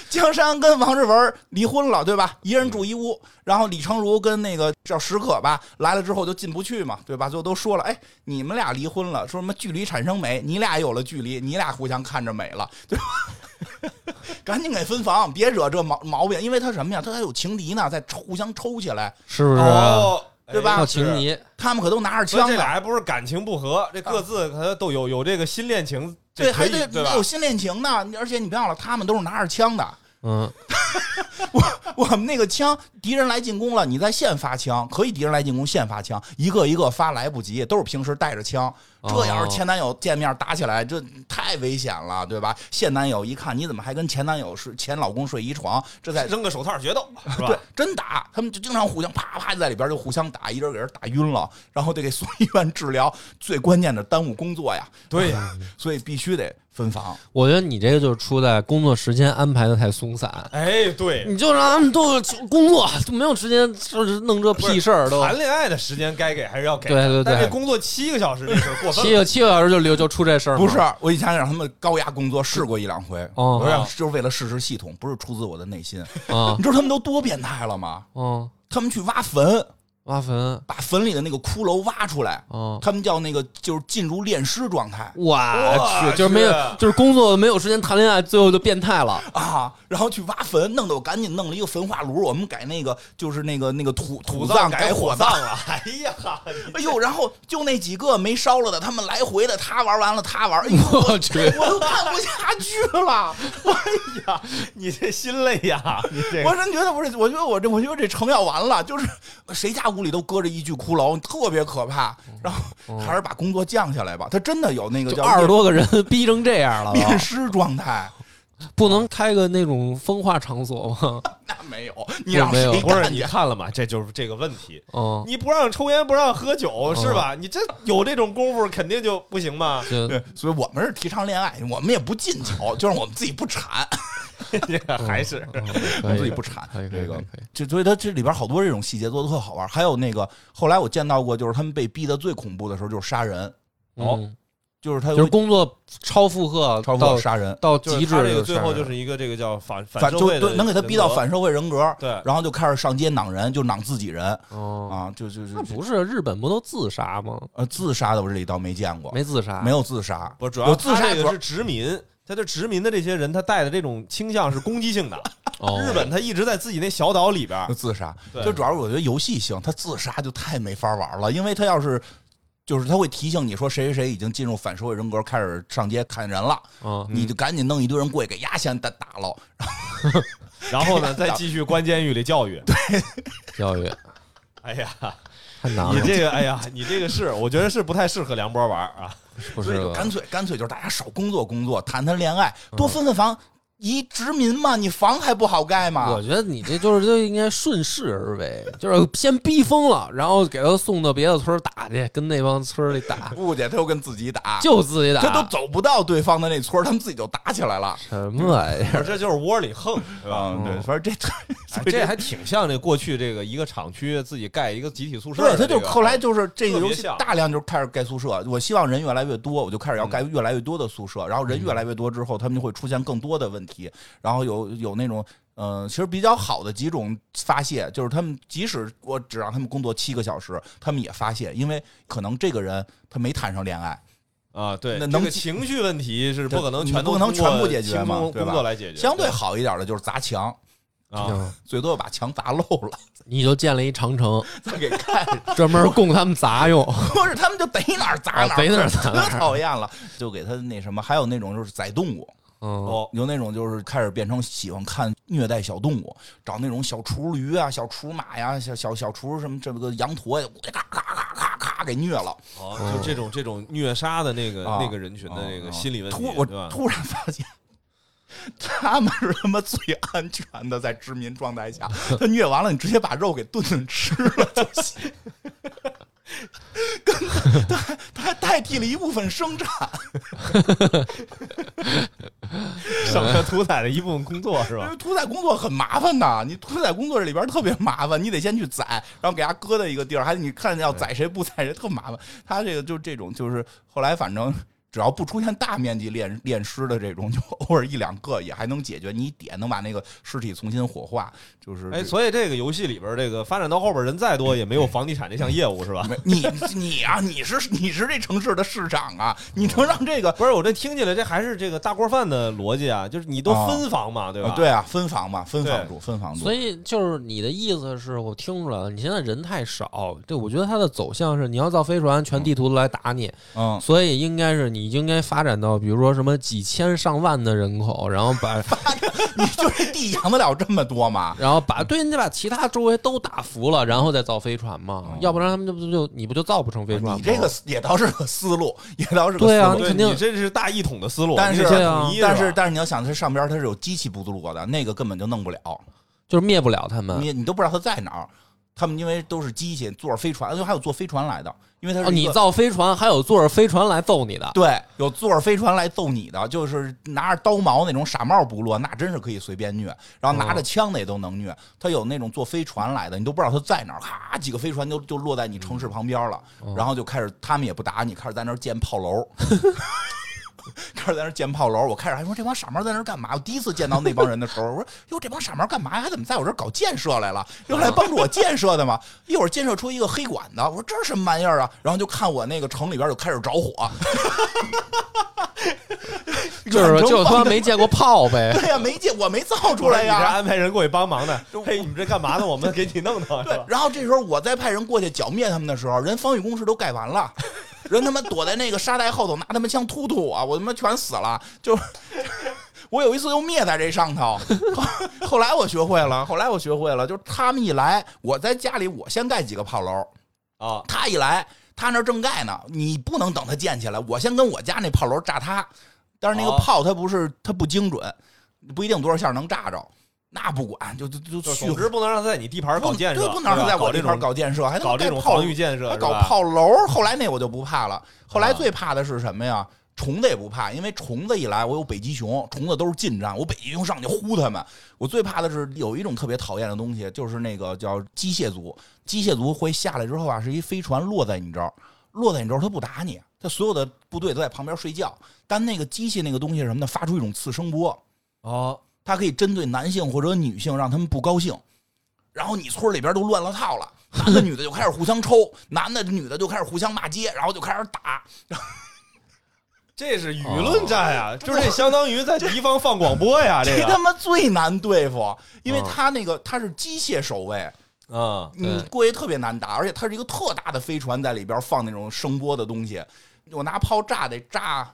江山跟王志文离婚了，对吧？一人住一屋，然后李成儒跟那个叫石可吧来了之后就进不去嘛，对吧？最后都说了，哎，你们俩离婚了，说什么距离产生美，你俩有了距离，你俩互相看着美了，对吧？ *laughs* 赶紧给分房，别惹这毛毛病，因为他什么呀？他还有情敌呢，在抽互相抽起来， *laughs* 是嗯不是？啊啊哦，哎对吧靠是情敌，他们可都拿着所以枪啊这呢俩，还不是感情不和，这各自可能都有有这个新恋情，这对，可还以得对吧有？新恋情呢。而且你别忘了，他们都是拿着枪的，嗯，我们那个枪，敌人来进攻了，你再现发枪，可以敌人来进攻现发枪，一个一个发来不及，都是平时带着枪。哦这要是前男友见面打起来，这太危险了，对吧？现男友一看你怎么还跟前男友睡前老公睡一床，这在扔个手套决斗是对吧？真打，他们就经常互相啪啪在里边就互相打，一人给人打晕了，然后得给送医院治疗，最关键的耽误工作呀，对呀，所以必须得分房。我觉得你这嗯个就是出在工作时间安排的太松散，哎对， *laughs* 你就让他们都工作，就没有时间就是弄这屁事 *laughs* 儿都。谈恋爱的时间该给还是要给，对对对但这工作七个小时这事儿过分七了，个七个小时就留就出这事儿啊吗，不是，我以前让他们高压工作试过一两回，哦？不是就是为了试试系统，不是出自我的内心。啊你知道他们都多变态了吗？哦，他们去挖坟， *laughs* 挖坟把坟里的那个骷髅挖出来，哦，他们叫那个就是进入炼尸状态哇哇去，就是没有是就是工作没有时间谈恋爱，最后就变态了。 *laughs* 啊，然后去挖坟，弄得我赶紧弄了一个焚化炉，我们改那个就是那个那个土土葬葬改改火葬葬。了， *laughs* 哎呀，哎呦，然后就那几个没烧了的，他们来回的，他玩完了，他玩，哎呦， *laughs* 我去，我都看不下去了。你这心累呀，你这我个真觉得不是，我觉得我这，我觉得这成要完了，就是谁家屋里都搁着一具骷髅，特别可怕。然后还是把工作降下来吧。他真的有那嗯个就叫二十多个人 *laughs* 逼成这样 *laughs* 了，面尸状态，不能开个那种风化场所吗？ *laughs* 那没有，你让没有谁不是干你去？看了吗？这就是这个问题。嗯，你不让抽烟，不让喝酒，是吧？你这有这种功夫，肯定就不行嘛。 *laughs* 就啊对，所以我们是提倡恋爱，我们也不进酒，就是我们自己不产，这个还是我可们以自己不产可以可以这可个以。可以 *laughs* 就所以他这里边好多这种细节做的特好玩。还有那个后来我见到过，就是他们被逼的最恐怖的时候就是杀人，嗯，就是他就是有工作超负荷超过到杀人，到就极是致他了，这个最后是就是一个这个叫反反反社就会对的，能给他逼到人格反社会人格。对。然后就开始上街攮人，就攮自己人哦，啊，就就就那不是日本不都自杀吗？呃自杀的，我这里倒没见过，没自杀，没有自杀，不是，主有要自他杀这主个要是殖民，他对殖民的这些人，他带的这种倾向是攻击性的。哦日本他一直在自己那小岛里 *laughs* 边儿就，自杀，对就主要是我觉得游戏性，他自杀就太没法玩了，因为他要是。就是他会提醒你说谁谁谁已经进入反社会人格，开始上街砍人了，嗯，你就赶紧弄一堆人过去给压先打打了。然后呢，再继续关监狱里 *laughs* 教育。教育哎 *laughs* 呀，啊太难你了，这个，哎呀，你这个是，我觉得是不太适合梁波玩儿 *laughs* 啊。不所是以就干脆干脆就是大家少工作工作，谈谈恋爱，多分分房。移殖民嘛，你房还不好盖我吗？觉得你这就是就应该顺势而为，就是先逼疯了，然后给他送到别的村儿打去，跟那帮村儿里打，不去，他又跟自己打，就自己打，他都走不到对方的那村儿，他们自己就打起来了。什么玩意儿？我这就是窝里横，对吧？嗯，对，反正这哎这还挺像这过去这个一个厂区自己盖一个集体宿舍的对，这个。他就后来就是这个特别游戏像大量就开始盖宿舍。我希望人越来越多，我就开始要盖越来越多的宿舍。然后人越来越多之后，他们就会出现更多的问题。然后有有那种。嗯、其实比较好的几种发泄，就是他们即使我只让他们工作七个小时，他们也发泄，因为可能这个人他没谈上恋爱，啊，对，那这能个情绪问题是不可能对全都你不能通过全部解决嘛轻松对吧工作来解决，相对好一点的就是砸墙，啊，行，最多把墙砸漏了，你就建了一长城，再给盖上。专门供他们砸 *laughs* 用，不是，他们就逮哪儿砸啊哪儿，逮哪儿砸哪儿可讨厌了。 *laughs* 就给他那什么，还有那种就是宰动物，哦嗯，有那种就是开始变成喜欢看虐待小动物，找那种小雏驴啊、小雏马呀、小小小雏什么这个羊驼呀，咔咔咔咔咔给虐了。哦，就这种这种虐杀的那个啊那个人群的那啊个啊心理问题突，我对吧？突然发现。他们是他妈最安全的，在殖民状态 *laughs* 下，他虐完了，你直接把肉给炖炖吃了就行。 *laughs* 跟他还他还代替了一部分生产，省了屠宰的一部分工作是因吧？为屠宰工作很麻烦呐，你屠宰工作里边特别麻烦，你得先去宰，然后给它搁在一个地儿，还你看要宰谁不宰谁，特麻烦。他这个就这种，就是后来反正只要不出现大面积炼炼尸的这种，就偶尔一两个也还能解决，你一点能把那个尸体重新火化，就是 *laughs* 哎，所以这个游戏里边，这个发展到后边，人再多也没有房地产这项业务，*laughs* 是吧？没你你啊，你是你是这城市的市长啊，你能让这个不是，我这听起来这还是这个大锅饭的逻辑啊，就是你都分房嘛， *laughs* 对吧？啊对啊，分房嘛，分房对住，分房住所，以就是你的意思是我听出来了，你现在人太少，对我觉得它的走向是你要造飞船，全地图都来打你，嗯，所以应该是你应该发展到比如说什么几千上万的人口，然后把？你就这地养得了这么多吗然后把对你得把其他周围都打服了，然后再造飞船嘛，要不然他们就不就你不就造不成飞船吗？哦你这个也倒是个思路，也倒是个对思啊路。对，肯定你这是大一统的思路，但是你得对啊统一但是是吧但是你要想，它上边它是有机器部落的，那个根本就弄不了，就是灭不了他们。你你都不知道它在哪儿。他们因为都是机器，坐着飞船，就还有坐飞船来的，因为它哦，是一你个、造飞船还有坐着飞船来揍你的，对，有坐着飞船来揍你的，就是拿着刀矛那种傻帽部落，那真是可以随便虐，然后拿着枪的也都能虐。他有那种坐飞船来的，你都不知道他在哪儿，咔，几个飞船就就落在你城市旁边了，然后就开始他们也不打你，开始在那儿建炮楼。开始 *laughs* 在那儿建炮楼，我开始还说这帮傻帽在那儿干嘛？我第一次见到那帮人的时候，我说哟，这帮傻帽干嘛呀？还怎么在我这儿搞建设来了？又来帮助我建设的嘛？一会儿建设出一个黑管子，我说这是什么玩意儿啊？然后就看我那个城里边就开始着 *laughs* 火， *laughs* 就是远程就他妈放的没见过炮呗。 *laughs* 对呀、没见我没造出不是来你这呀。安排人过去帮忙 *laughs* 的，嘿，你们这干嘛呢？我们给你弄弄，是对吧，？然后这时候我再派人过去剿灭他们的时候，人防御工事都盖完 *laughs* 了，人他妈躲在那个沙袋后头拿他妈枪突突我，我他妈全死了。就是我有一次又灭在这上 *laughs* 头，后后来我学会了，后来我学会了，就是他们一来，我在家里我先盖几个炮楼，啊，他一来，他那儿正盖呢，你不能等他建起来，我先跟我家那炮楼炸他。但是那个哦炮它不是它不精准，不一定多少下能炸着，那不管就就就就就总之不能让他在你地盘搞不建设，对不能让他在对吧我这块儿搞搞建设，还这能种搞这种炮防御建设，还是搞吧？啊炮楼。后来那我就不怕了，后来最怕的是什么呀？虫子也不怕，因为虫子一来，我有北极熊，虫子都是近战，我北极熊上去呼它们。我最怕的是有一种特别讨厌的东西，就是那个叫机械族。机械族会下来之后啊，是一飞船落在你这儿，落在你这儿，它不打你，它所有的部队都在旁边睡觉。但那个机器那个东西是什么呢？发出一种次声波，哦，它可以针对男性或者女性，让他们不高兴。然后你村里边都乱了套了， *laughs* 男的女的就开始互相抽， *laughs* 男的女的就开始互相骂街，然后就开始打。这是舆论战呀，就是这相当于在敌方放广播呀，哦这他啊个妈最难对付，因为嗯他那个他是机械守卫，啊，你过去特别难打，而且它是一个特大的飞船在里边放那种声波的东西，我拿炮炸得炸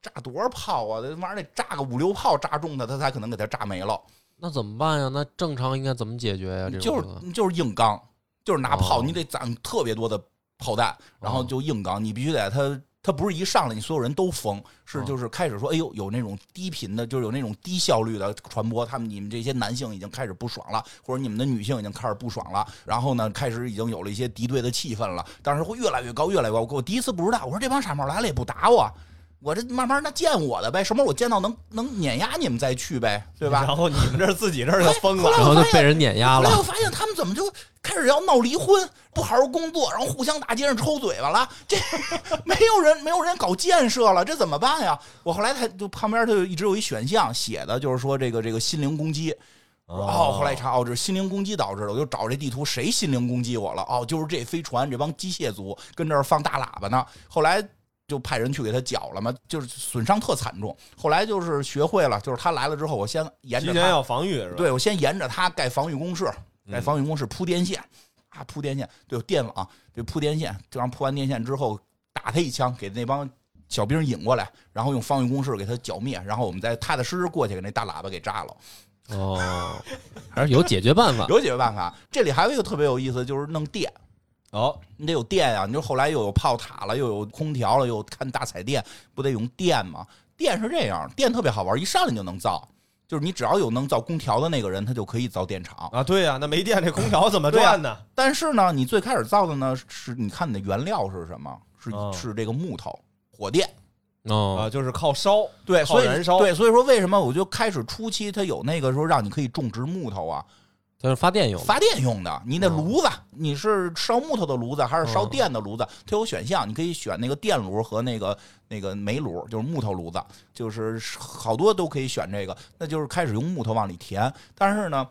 炸多少炮啊？这玩意儿得炸个五六炮炸中它，它才可能给它炸没了。那怎么办呀？那正常应该怎么解决呀？这种就是情况就是硬刚，就是拿炮，哦你得攒特别多的炮弹，然后就硬刚，你必须得他。他不是一上来你所有人都疯，是哦就是开始说，哎呦，有那种低频的，就是有那种低效率的传播，他们你们这些男性已经开始不爽了，或者你们的女性已经开始不爽了，然后呢，开始已经有了一些敌对的气氛了，当时会越来越高，越来越高。我我第一次不知道，我说这帮傻帽来了也不打我，我这慢慢那见我的呗，什么时候我见到能能碾压你们再去呗，对吧？哎然后你们这儿自己这儿就疯了后来然后我就发现被人碾压 *laughs* 后来我了。发现他们怎么就开始要闹离婚，不好好工作，然后互相大街上抽嘴巴了。这 *laughs* 没有人没有人搞建设了，这怎么办呀？我后来他就旁边他就一直有一选项写的就是说这个这个心灵攻击。嗯哦，后来一查，哦，这是心灵攻击导致的，我就找这地图谁心灵攻击我了？哦，就是这飞船这帮机械族跟这儿放大喇叭呢。后来就派人去给他搅了嘛，就是损伤特惨重。后来就是学会了，就是他来了之后，我先沿提着前他，要防御是吧？嗯对我先沿着他盖防御工事，盖防御工事铺电线啊，铺电线，对电网，对铺电线，这样铺完电线之后打他一枪，给那帮小兵引过来，然后用防御工事给他剿灭，然后我们再踏踏实实过去给那大喇叭给炸了。哦，还是有解决办啊法。有解决办法。这里还有一个特别有意思，就是弄电。哦，你得有电啊呀、你就后来又有炮塔了，又有空调了，又有看大彩电，不得用电吗？电是这样，电特别好玩，一上来你就能造，就是你只要有能造空调的那个人，他就可以造电厂。啊，对呀、那没电这空调怎么对啊转呢？但是呢，你最开始造的呢，是你看你的原料是什么？是、哦是这个木头、火电。啊，哦，就是靠烧，对，靠所以燃烧，对，所以说为什么我就开始初期它有那个说让你可以种植木头啊，它是发电用的。嗯发电用的，你那炉子，你是烧木头的炉子还是烧电的炉子？它有选项，你可以选那个电炉和那个那个煤炉，就是木头炉子，就是好多都可以选这个。那就是开始用木头往里填，但是呢。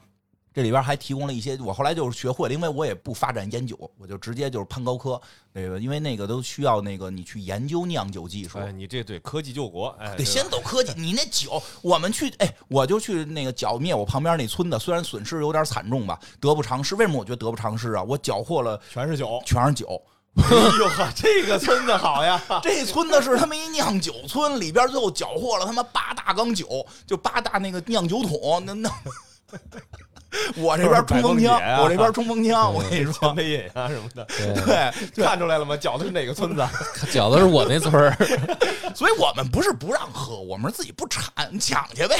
这里边还提供了一些，我后来就是学会了，因为我也不发展烟酒，我就直接就是攀高科那个，因为那个都需要那个你去研究酿酒技术，哎，你这对科技救国，哎，得对吧先走科技。你那酒，我们去，哎，我就去那个剿灭我旁边那村子，虽然损失有点惨重吧，得不偿失。为什么我觉得得不偿失啊？我缴获了。全是 *laughs* 酒全是酒，哎呦呵，这个村子 *laughs* 好呀！这村子是他妈一酿酒村，里边最后缴获了他妈八大缸酒，就八大那个酿酒桶，那那。我这边冲锋就是枪，百梦姐啊我这边冲锋枪，我跟你前说，辈饮啊什么的，对， *laughs* 对，看出来了吗？饺子是哪个村子？啊饺子是我那村儿。 *laughs* 所以我们不是不让喝，我们是自己不产，抢去呗。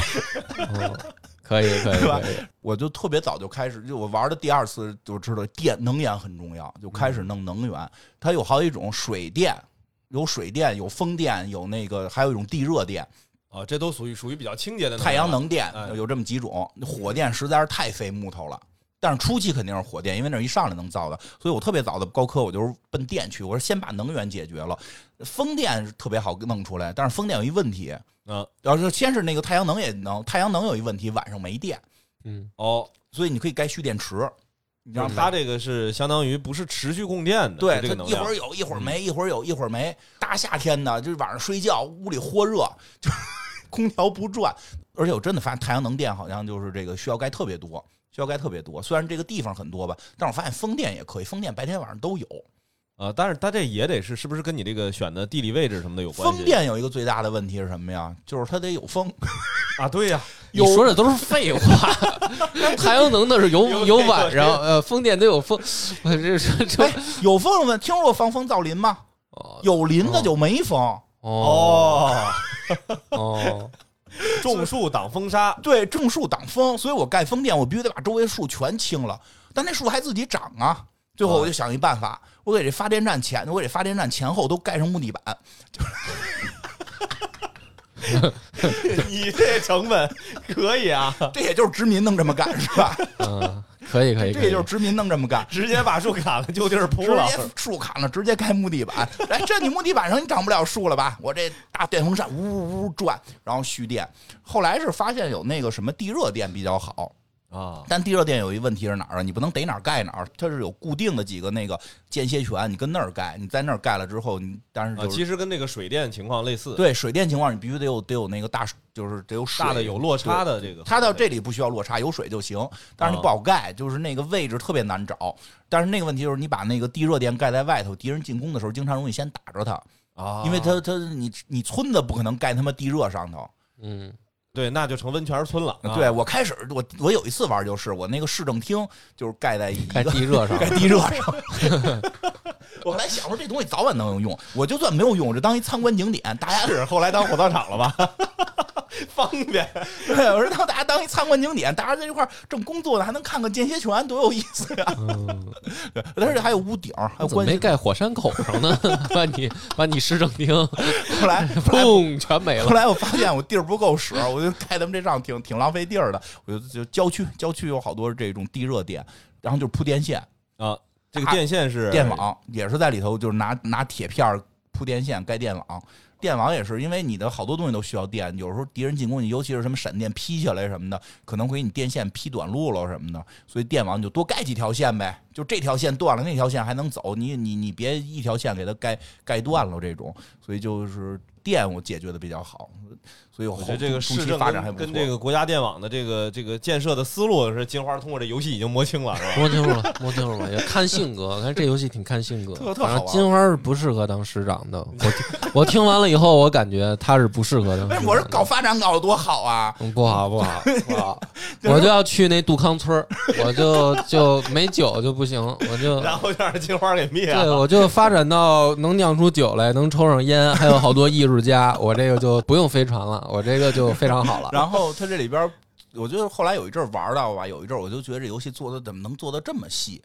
可以，可以，对吧可以。我就特别早就开始，就我玩的第二次就知道电能源很重要，就开始嗯弄能源。它有好几种，水电有水电，有风电，有那个还有一种地热电、哦，这都属于属于比较清洁的太阳能电哎，有这么几种。火电实在是太费木头了。但是初期肯定是火电，因为那是一上来能造的，所以我特别早的高科我就是奔电去，我说先把能源解决了。风电是特别好弄出来，但是风电有一问题，嗯，要是先是那个太阳能也能，太阳能有一问题，晚上没电，嗯，哦。所以你可以该蓄电池。你知道让吗？它这个是相当于不是持续供电的，对，是这个能它一量嗯会儿有，一会儿没，一会儿有，一会儿没。大夏天的，就是晚上睡觉，屋里豁热，就是 *laughs* 空调不转。而且我真的发现太阳能电好像就是这个需要盖特别多，需要盖特别多。虽然这个地方很多吧，但是我发现风电也可以，风电白天晚上都有。啊，但是它这也得是是不是跟你这个选的地理位置什么的有关系？风电有一个最大的问题是什么呀？就是它得有风，啊，对呀、你说的都是废 *laughs* 话。太阳能那是有有晚上，呃，风电得有风，我这这这哎， *laughs* 有风问，听说过防风造林吗？呃哦有林子就没风。哦哦，哦，种树挡 *laughs* 风沙，对，种树挡风，所以我盖风电，我必须得把周围树全清了。但那树还自己长啊。最后我就哦想一办法，我给这发电站前，我给这发电站前后都盖上木地板，你这成本可 *laughs* 以啊，这也就是殖民弄这么 *laughs* 干是吧？嗯，可以可以，这可也以就是殖民弄这么干，哎直接把树砍了就地儿铺直了接。树砍了，直接盖木地板。哎，这你木地板上你长不了树了吧？我这大电风扇呜呜呜转，然后蓄电。后来是发现有那个什么地热电比较好，啊，但地热电有一问题是哪儿啊？你不能逮哪儿盖哪儿，它是有固定的几个那个间歇泉，你跟那儿盖，你在那儿盖了之后，你但是啊，就是、其实跟这个水电情况类似，对水电情况，你必须得有得有那个大，就是得有水大的有落差。的这个，对它到这里不需要落差，有水就行，但是你不好盖，就是那个位置特别难找。但是那个问题就是，你把那个地热电盖在外头，敌人进攻的时候，经常容易先打着它，啊，因为它它你你村子不可能盖他妈地热上头。嗯，对，那就成温泉村了。啊对，我开始我我有一次玩就是我那个市政厅就是盖在一盖个地热上盖地热上。 *laughs* 我后来想说，这东西早晚能有用，我就算没有用，我就当一参观景点，大家是后来当火葬场了吧？方便， *laughs* 对，我说当大家当一参观景点，大家在这块儿正工作呢，还能看看间歇泉，多有意思呀、但是还有屋顶，还有嗯怎么关没系。盖火山口上呢？ *laughs* 把你把你市政 *laughs* 厅，*laughs* 后来后来砰，全没后了。来我发现我地儿不够使，我就盖他们这帐挺挺浪费地儿的。我就就郊区郊区有好多这种地热电，然后就是铺电线，啊。这个电线是电网也是在里头，就是拿拿铁片儿铺电线盖电网。电网也是，因为你的好多东西都需要电，有时候敌人进攻你，尤其是什么闪电劈下来什么的，可能会给你电线劈短路了什么的，所以电网你就多盖几条线呗，就这条线断了，那条线还能走，你你你别一条线给它盖盖断了这种，所以就是电我解决的比较好，所以我我后觉得这个中市期政发展还跟不错。跟这个国家电网的这个这个建设的思路是金花通过这游戏已经摸清 *laughs* 了，是吧？摸清楚了，摸清楚了，也看性格。看这游戏挺看性格，特特好反玩正金花是不适合当师长 *laughs* 的。我听我听完了以后，我感觉他是不适合当师为什长哎么我是的。搞发展搞得多好啊？嗯，不好，不好，不 *laughs* 好！我就要去那杜康村儿，我就就没酒就不行，我 *laughs* 就然后就让金花给灭啊对，了。我就发展到能酿出酒来，能抽上 *laughs* 烟，还有好多艺术家，我这个就不用飞船了，我这个就非常好 *laughs* 了。然后它这里边儿，我觉得后来有一阵儿玩到吧，有一阵儿我就觉得这游戏做的怎么能做的这么细？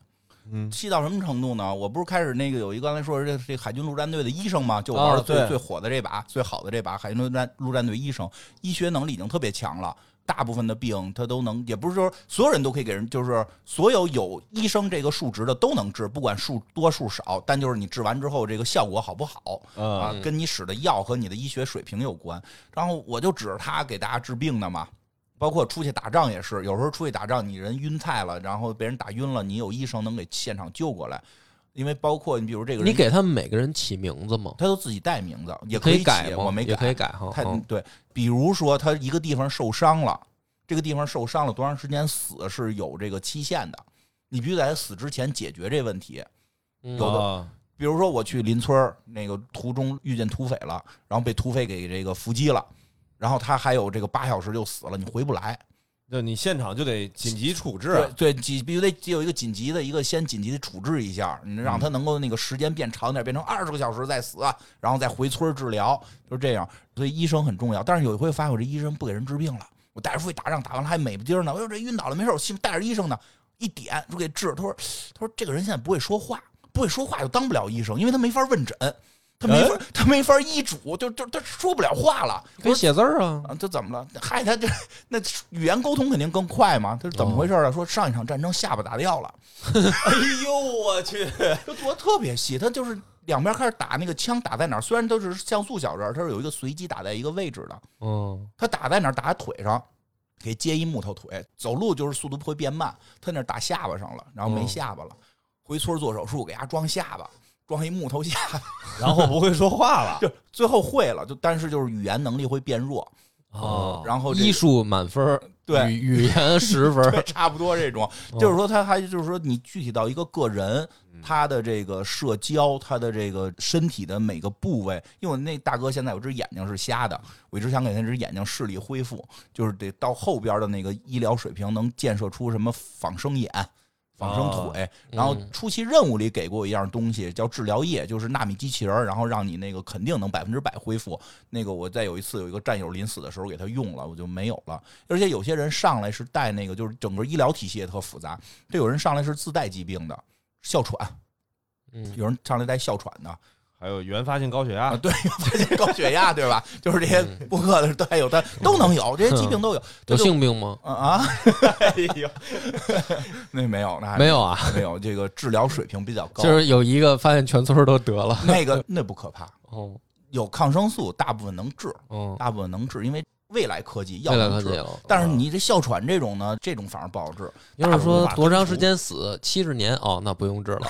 嗯细到什么程度呢？我不是开始那个有一刚才说的这这海军陆战队的医生嘛，就玩哦了最、对最火的这把最好的这把海军陆战陆战队医生，医学能力已经特别强了。大部分的病他都能，也不是说所有人都可以给人，就是所有有医生这个数值的都能治，不管数多数少，但就是你治完之后这个效果好不好，啊嗯，，跟你使的药和你的医学水平有关。然后我就指着他给大家治病的嘛，包括出去打仗也是，有时候出去打仗你人晕菜了，然后被人打晕了，你有医生能给现场救过来。因为包括你比如这个人，你给他们每个人起名字吗？他都自己带名字，也可以改起吗？我没也可改以。改哈。他嗯对，比如说他一个地方受伤了，这个地方受伤了多长时间死是有这个期限的，你必须在他死之前解决这问题。嗯有的啊比如说我去邻村儿那个途中遇见土匪了，然后被土匪给这个伏击了，然后他还有这个八小时就死了，你回不来。就你现场就得紧急处置，对对，紧必须得有一个紧急的一个先紧急的处置一下，你嗯让他能够那个时间变长点，变成二十个小时再死，啊然后再回村儿治疗，就是这样。所以医生很重要。但是有一回发现我这医生不给人治病了，我带着出去打仗，打完了还美不丁儿呢，我说哎这晕倒了没事儿，我心带着医生呢，一点就给治。他说他说这个人现在不会说话，不会说话就当不了医生，因为他没法问诊。他没哎法，他没法医嘱，就就他说不了话了。我可以说写字儿啊。啊，这怎么了？嗨，他这那语言沟通肯定更快嘛。他是怎么回事哦啊？说上一场战争下巴打掉了， *laughs* 哎呦我去，这做得特别细，他就是两边开始打那个枪打在哪儿，虽然都是像素小人儿，它是有一个随机打在一个位置的，嗯，他打在哪儿？打在腿上，给接一木头腿，走路就是速度会变慢。他那儿打下巴上了，然后没嗯下巴了，回村儿做手术给他装下巴，装一木头下巴，然后不会说话 *laughs* 了。就最后会了，就但是就是语言能力会变弱，哦然后这艺术满分儿，对语语言十分儿 *laughs* 对，。差不多这种。就是说，他还就是说，你具体到一个个人，他的这个社交，他的这个身体的每个部位，因为我那大哥现在有只眼睛是瞎的，我一直想给他这只眼睛视力恢复，就是得到后边的那个医疗水平能建设出什么仿生眼。仿生腿，然后嗯初期任务里给过我一样东西，叫治疗液，就是纳米机器人儿，然后让你那个肯定能百分之百恢复。那个我在有一次有一个战友临死的时候给他用了，我就没有了。而且有些人上来是带那个，就是整个医疗体系也特复杂，这有人上来是自带疾病的，哮喘，嗯，有人上来带哮喘的啊还有原发性高血啊，压，对，发现高血压对吧？就是这些嗯顾客的对有的都能有，这些疾病都有。有他就性病吗？*laughs* 啊啊，哎呦， *laughs* 那没有，那还没有啊，没有，这个治疗水平比较高。就是有一个发现全村儿都得了。那个那不可怕，哦，有抗生素，大部分能治，嗯，大部分能治，因为未来科技药未来科能技嗯治。了。但是你这哮喘这种呢，这种反而不好治，要是说多长时间死，七十年哦，那不用治了。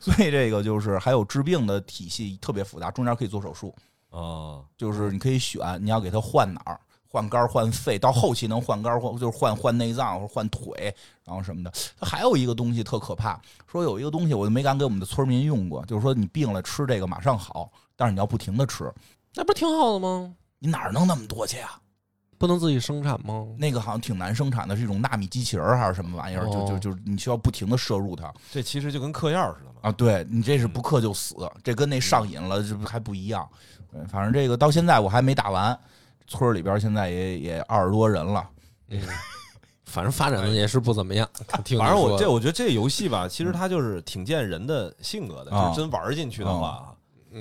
所以这个就是还有治病的体系特别复杂，中间可以做手术，哦，就是你可以选你要给它换哪儿，换肝儿、换肺，到后期能换肝儿或就是换换内脏或者换腿，然后什么的。它还有一个东西特可怕，说有一个东西我就没敢给我们的村民用过，就是说你病了吃这个马上好，但是你要不停的吃，那不是挺好的吗？你哪儿弄那么多去啊？不能自己生产吗？那个好像挺难生产的，是一种纳米机器人儿还是什么玩意儿，就哦就就是你需要不停的摄入它这其实就跟嗑药似的嘛。啊。对你这是不克就死，这跟那上瘾了这不还不一样。对，反正这个到现在我还没打完，村儿里边儿现在也也二十多人了。嗯， *laughs* 反正发展的也是不怎么样。听你反正我说嗯这，我觉得这游戏吧，其实它就是挺见人的性格的，啊就是真玩进去的话，嗯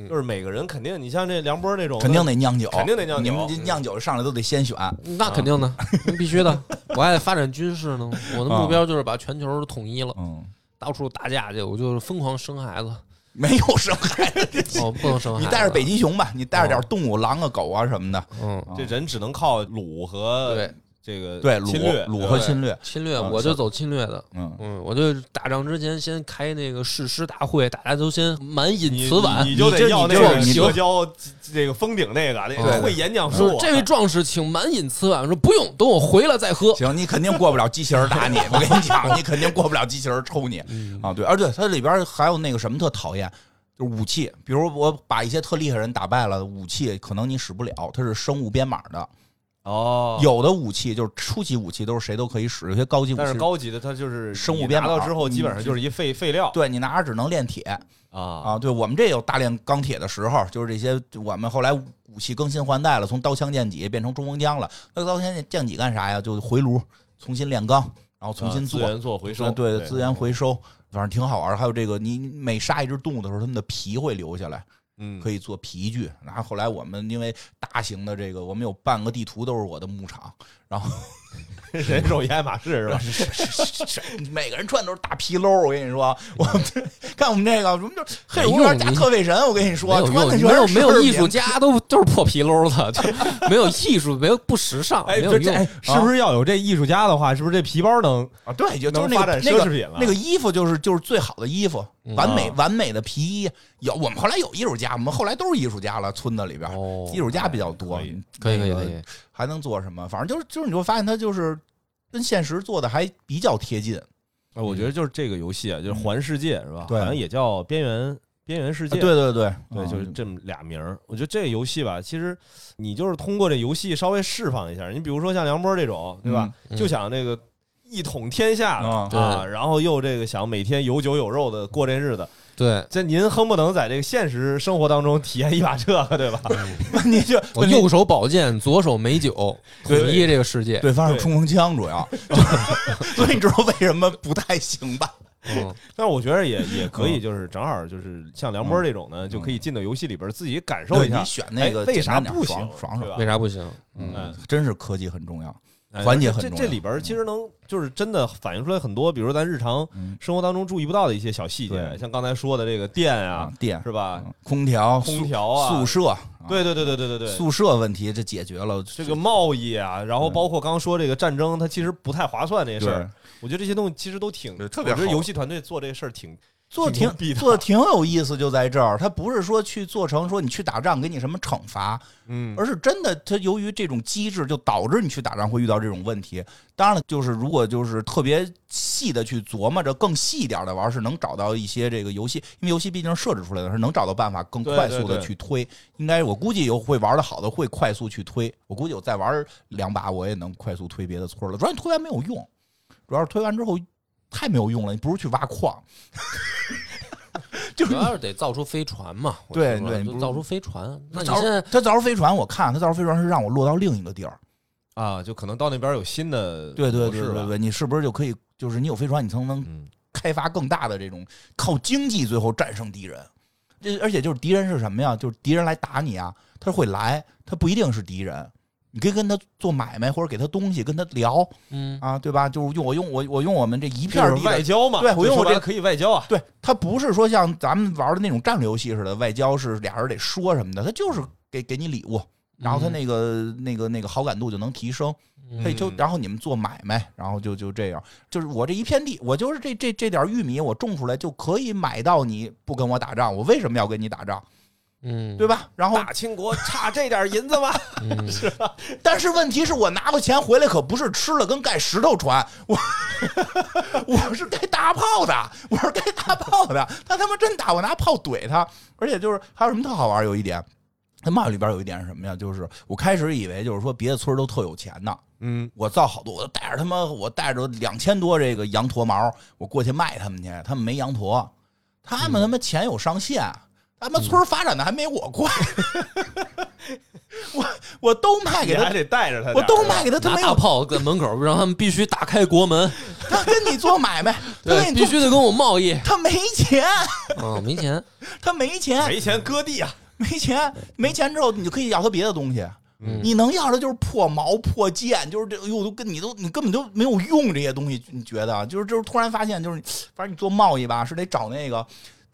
就是每个人肯定，你像这梁波那种，肯定得酿酒，肯定得酿酒你们这酿酒上来都得先选，那肯定的，必须的。我还得发展军事呢，我的目标就是把全球都统一了，嗯，到处打架去，我就是疯狂生孩子，没有生孩子，哦，不能生孩你子。带着北，极熊吧，你带着点动物，狼啊、狗啊什么的。嗯，这人只能靠掳和对，这个对，侵略掳掳和侵略，侵略，啊我就走侵略的。嗯，嗯，我就打仗之前先开那个誓师大会，大家都先满饮你词碗你，你就这得你要那这个你这社交这个封顶那个那对个会演哎讲说术，这位壮士，请满饮此碗。说不用，等我回来再喝。 *laughs* 行，你肯定过不了机器人打你，我跟你讲，你肯定过不了机器人抽你嗯啊！对，而且它里边还有那个什么特讨厌，就是武器，比如我把一些特厉害人打败了，武器可能你使不了，它是生物编码的。哦，有的武器就是初级武器都是谁都可以使，有些高级武但是器，高级的它就是生物你编拿到码之后，基本嗯上就是一废废料对你拿着只能炼铁。啊啊，对我们这有大炼钢铁的时候，就是这些我们后来武器更新换代了，从刀枪剑戟变成冲锋枪了。那刀枪剑戟干啥呀？就回炉，重新炼钢，然后重新啊资做，源做回收，呃对资源回收，反正挺好玩。还有这个，你你每杀一只动物的时候，它们的皮会留下来，嗯可以做皮具。然后后来我们因为大型的这个，我们有半个地图都是我的牧 *laughs* 场， *laughs* 然后人手一爱马 *laughs* 仕是吧？每个人穿的都是大皮褛儿。我跟你说，*laughs* 嗯我们这看我们这个，我们就是黑没五园用加你特卫神。我跟你没说，有穿的用，全没有是没有视艺频术家都都是破皮褛的， *laughs* 就没有艺术，没有不时尚，没有这这用啊哎。是不是要有这艺术家的话，是不是这皮包能啊，对，就就是能那发个展那奢侈个品了？那个衣服就是就是最好的衣服，嗯完美完美的皮衣。有我们后来有艺术家，我们后来都是艺术家了，村子里边哦艺术家比较多可以。可以可以那可个以，还能做什么？反正就是就是你会发现它就是跟现实做的还比较贴近。啊我觉得就是这个游戏啊，就是环世界是吧？对好像也叫边缘边缘世界，对啊对啊对，就是这么俩名儿。我觉得这个游戏吧，其实你就是通过这游戏稍微释放一下。你比如说像梁波这种，对吧？嗯就想这个一统天下啊啊，对然后又这个想每天有酒有肉的过这日子。对，这您恨不能在这个现实生活当中体验一把这个，对吧？ *laughs* 问题就我右手宝剑，左手美酒，统对一这个世界。对方是对冲锋枪主 *laughs* 要，就是所以你知道为什么不太行吧？嗯，但是我觉得也也可嗯以，就是正好就是像梁波这种呢，就可以进到游戏里边自己感受对一下你。选那个哎为啥简单点不行爽？爽对爽，吧为啥不行？嗯嗯，真是科技很重要。哎环节很这重这要里边其实能就是真的反映出来很多，比如咱日常嗯生活当中注意不到的一些小细节，对像刚才说的这个电啊啊，，电是吧？嗯空调、空宿调啊，宿舍，啊对对对对对对对，宿舍问题这解决了。这个贸易啊，然后包括刚刚说这个战争，它其实不太划算这些事儿嗯对。我觉得这些东西其实都挺对特别我觉得好游戏团队做这事儿挺做挺挺牛逼的做挺有意思，就在这儿，他不是说去做成说你去打仗给你什么惩罚，嗯而是真的，它由于这种机制，就导致你去打仗会遇到这种问题。当然了，就是如果就是特别细的去琢磨着，更细一点的玩，是能找到一些这个游戏，因为游戏毕竟是设置出来的，是能找到办法更对快速对的对去推。应该我估计有会玩的好的会快速去推，我估计我再玩两把，我也能快速推别的村了。主要你推完没有用，主要是推完之后太没有用了，你不如去挖矿。就是主要是得造出飞船嘛。我对听说对你就不是造出飞船。那你造现在他造飞船，我看他造飞船是让我落到另一个地儿。啊，就可能到那边有新的对对模对式对吧。对，你是不是就可以，就是你有飞船，你才能嗯开发更大的这种靠经济最后战胜敌人。这而且就是敌人是什么呀？就是敌人来打你啊，他会来，他不一定是敌人。你可以跟他做买卖，或者给他东西，跟他聊嗯，啊，对吧？就是用我用我我用我们这一这片是地的外交嘛，对我就用说我白这了可以外交啊，对，它不是说像咱们玩的那种战略游戏似的，外交是俩人得说什么的，它就是给给你礼物，然后嗯它那个、那个那个好感度就能提升，它就嗯然后你们做买卖，然后就就这样，就是我这一片地，我就是这这这点玉米我种出来就可以买到你不跟我打仗，我为什么要跟你打仗，嗯，对吧？然后大清国差这点 *laughs* 银子吗？嗯？但是问题是我拿了钱回来可不是吃了跟盖石头穿，我 *laughs* 我是该大炮的，我是该大炮的。他他妈真打我拿炮怼他，而且就是还有什么特好玩儿有一点，他骂里边有一点是什么呀？就是我开始以为就是说别的村儿都特有钱呢，嗯，我造好多，我带着他妈我带着两千多这个羊驼毛，我过去卖他们去，他们没羊驼，他们他妈钱有上限。他们村儿发展的还没我快， *laughs* 我我都卖你给他哎还得带着他点儿，我都卖给他，他拿没大有，炮在门口，让他们必须打开国门，他跟你做买卖，*laughs* 他对，跟你必做，须得跟我贸易。他没钱，嗯，没钱。他没钱，没钱割地啊， *laughs* 没钱，没钱之后你就可以要他别的东西，嗯你能要的就是破矛、破剑，就是这，哎呦，都跟你都你根本都没有用这些东西，你觉得啊？就是就是突然发现，就是你反正你做贸易吧，是得找那个。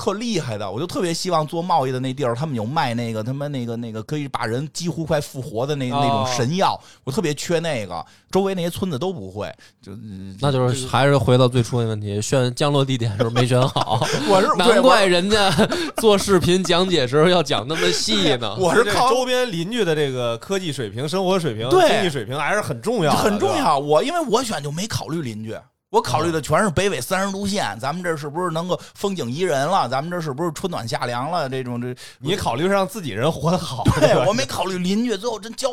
特厉害的，我就特别希望做贸易的那地儿，他们有卖那个他妈那个那个可以把人几乎快复活的那、那种哦神药，我特别缺那个。周围那些村子都不会，就那就是还是回到最初的问题，选降落地点时候没选 *laughs* 好，我是难。对怪人家 *laughs* 做视频讲解时候要讲那么细呢。我我是这靠周边邻居的这个科技水平、生活水平、对经济水平还是很重要的，很重对吧。要。我因为我选就没考虑邻居，我考哦虑的全是北纬三十度线，咱们这是不是能够风景宜人了？咱们这是不是春暖夏凉了？这 *laughs* 种这你考虑让自己人活得好，对吧我没考虑邻居，最后真交，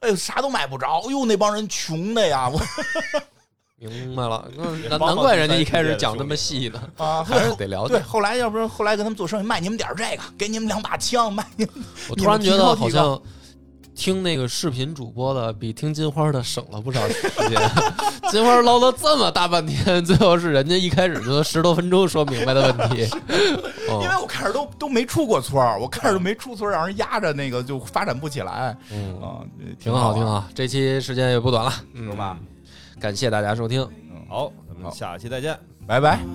哎呦啥都买不着，哎呦那帮人穷的呀， *laughs* 我明白了，那难帮帮怪第人家三一世开界始的讲兄那么弟细 *laughs* 呢，啊还是得了 *laughs* 对，解。后来要不然后来跟他们做生意，卖你们点儿这个，给你们两把枪，卖你们我你突然们觉提得好高提高像听那个视频主播的比听金花的省了不少时间。 *laughs* 金花唠了这么大半天，最后是人家一开始就十多分钟说明白的问 *laughs* 题。哦 *laughs* 因为我开始都都没出过村儿，我开始都没出村儿，让人压着那个就发展不起来嗯，啊，挺好好，玩挺，好。这期时间也不短了，嗯是吧？感谢大家收听。好，咱们好下期再见。拜拜。 「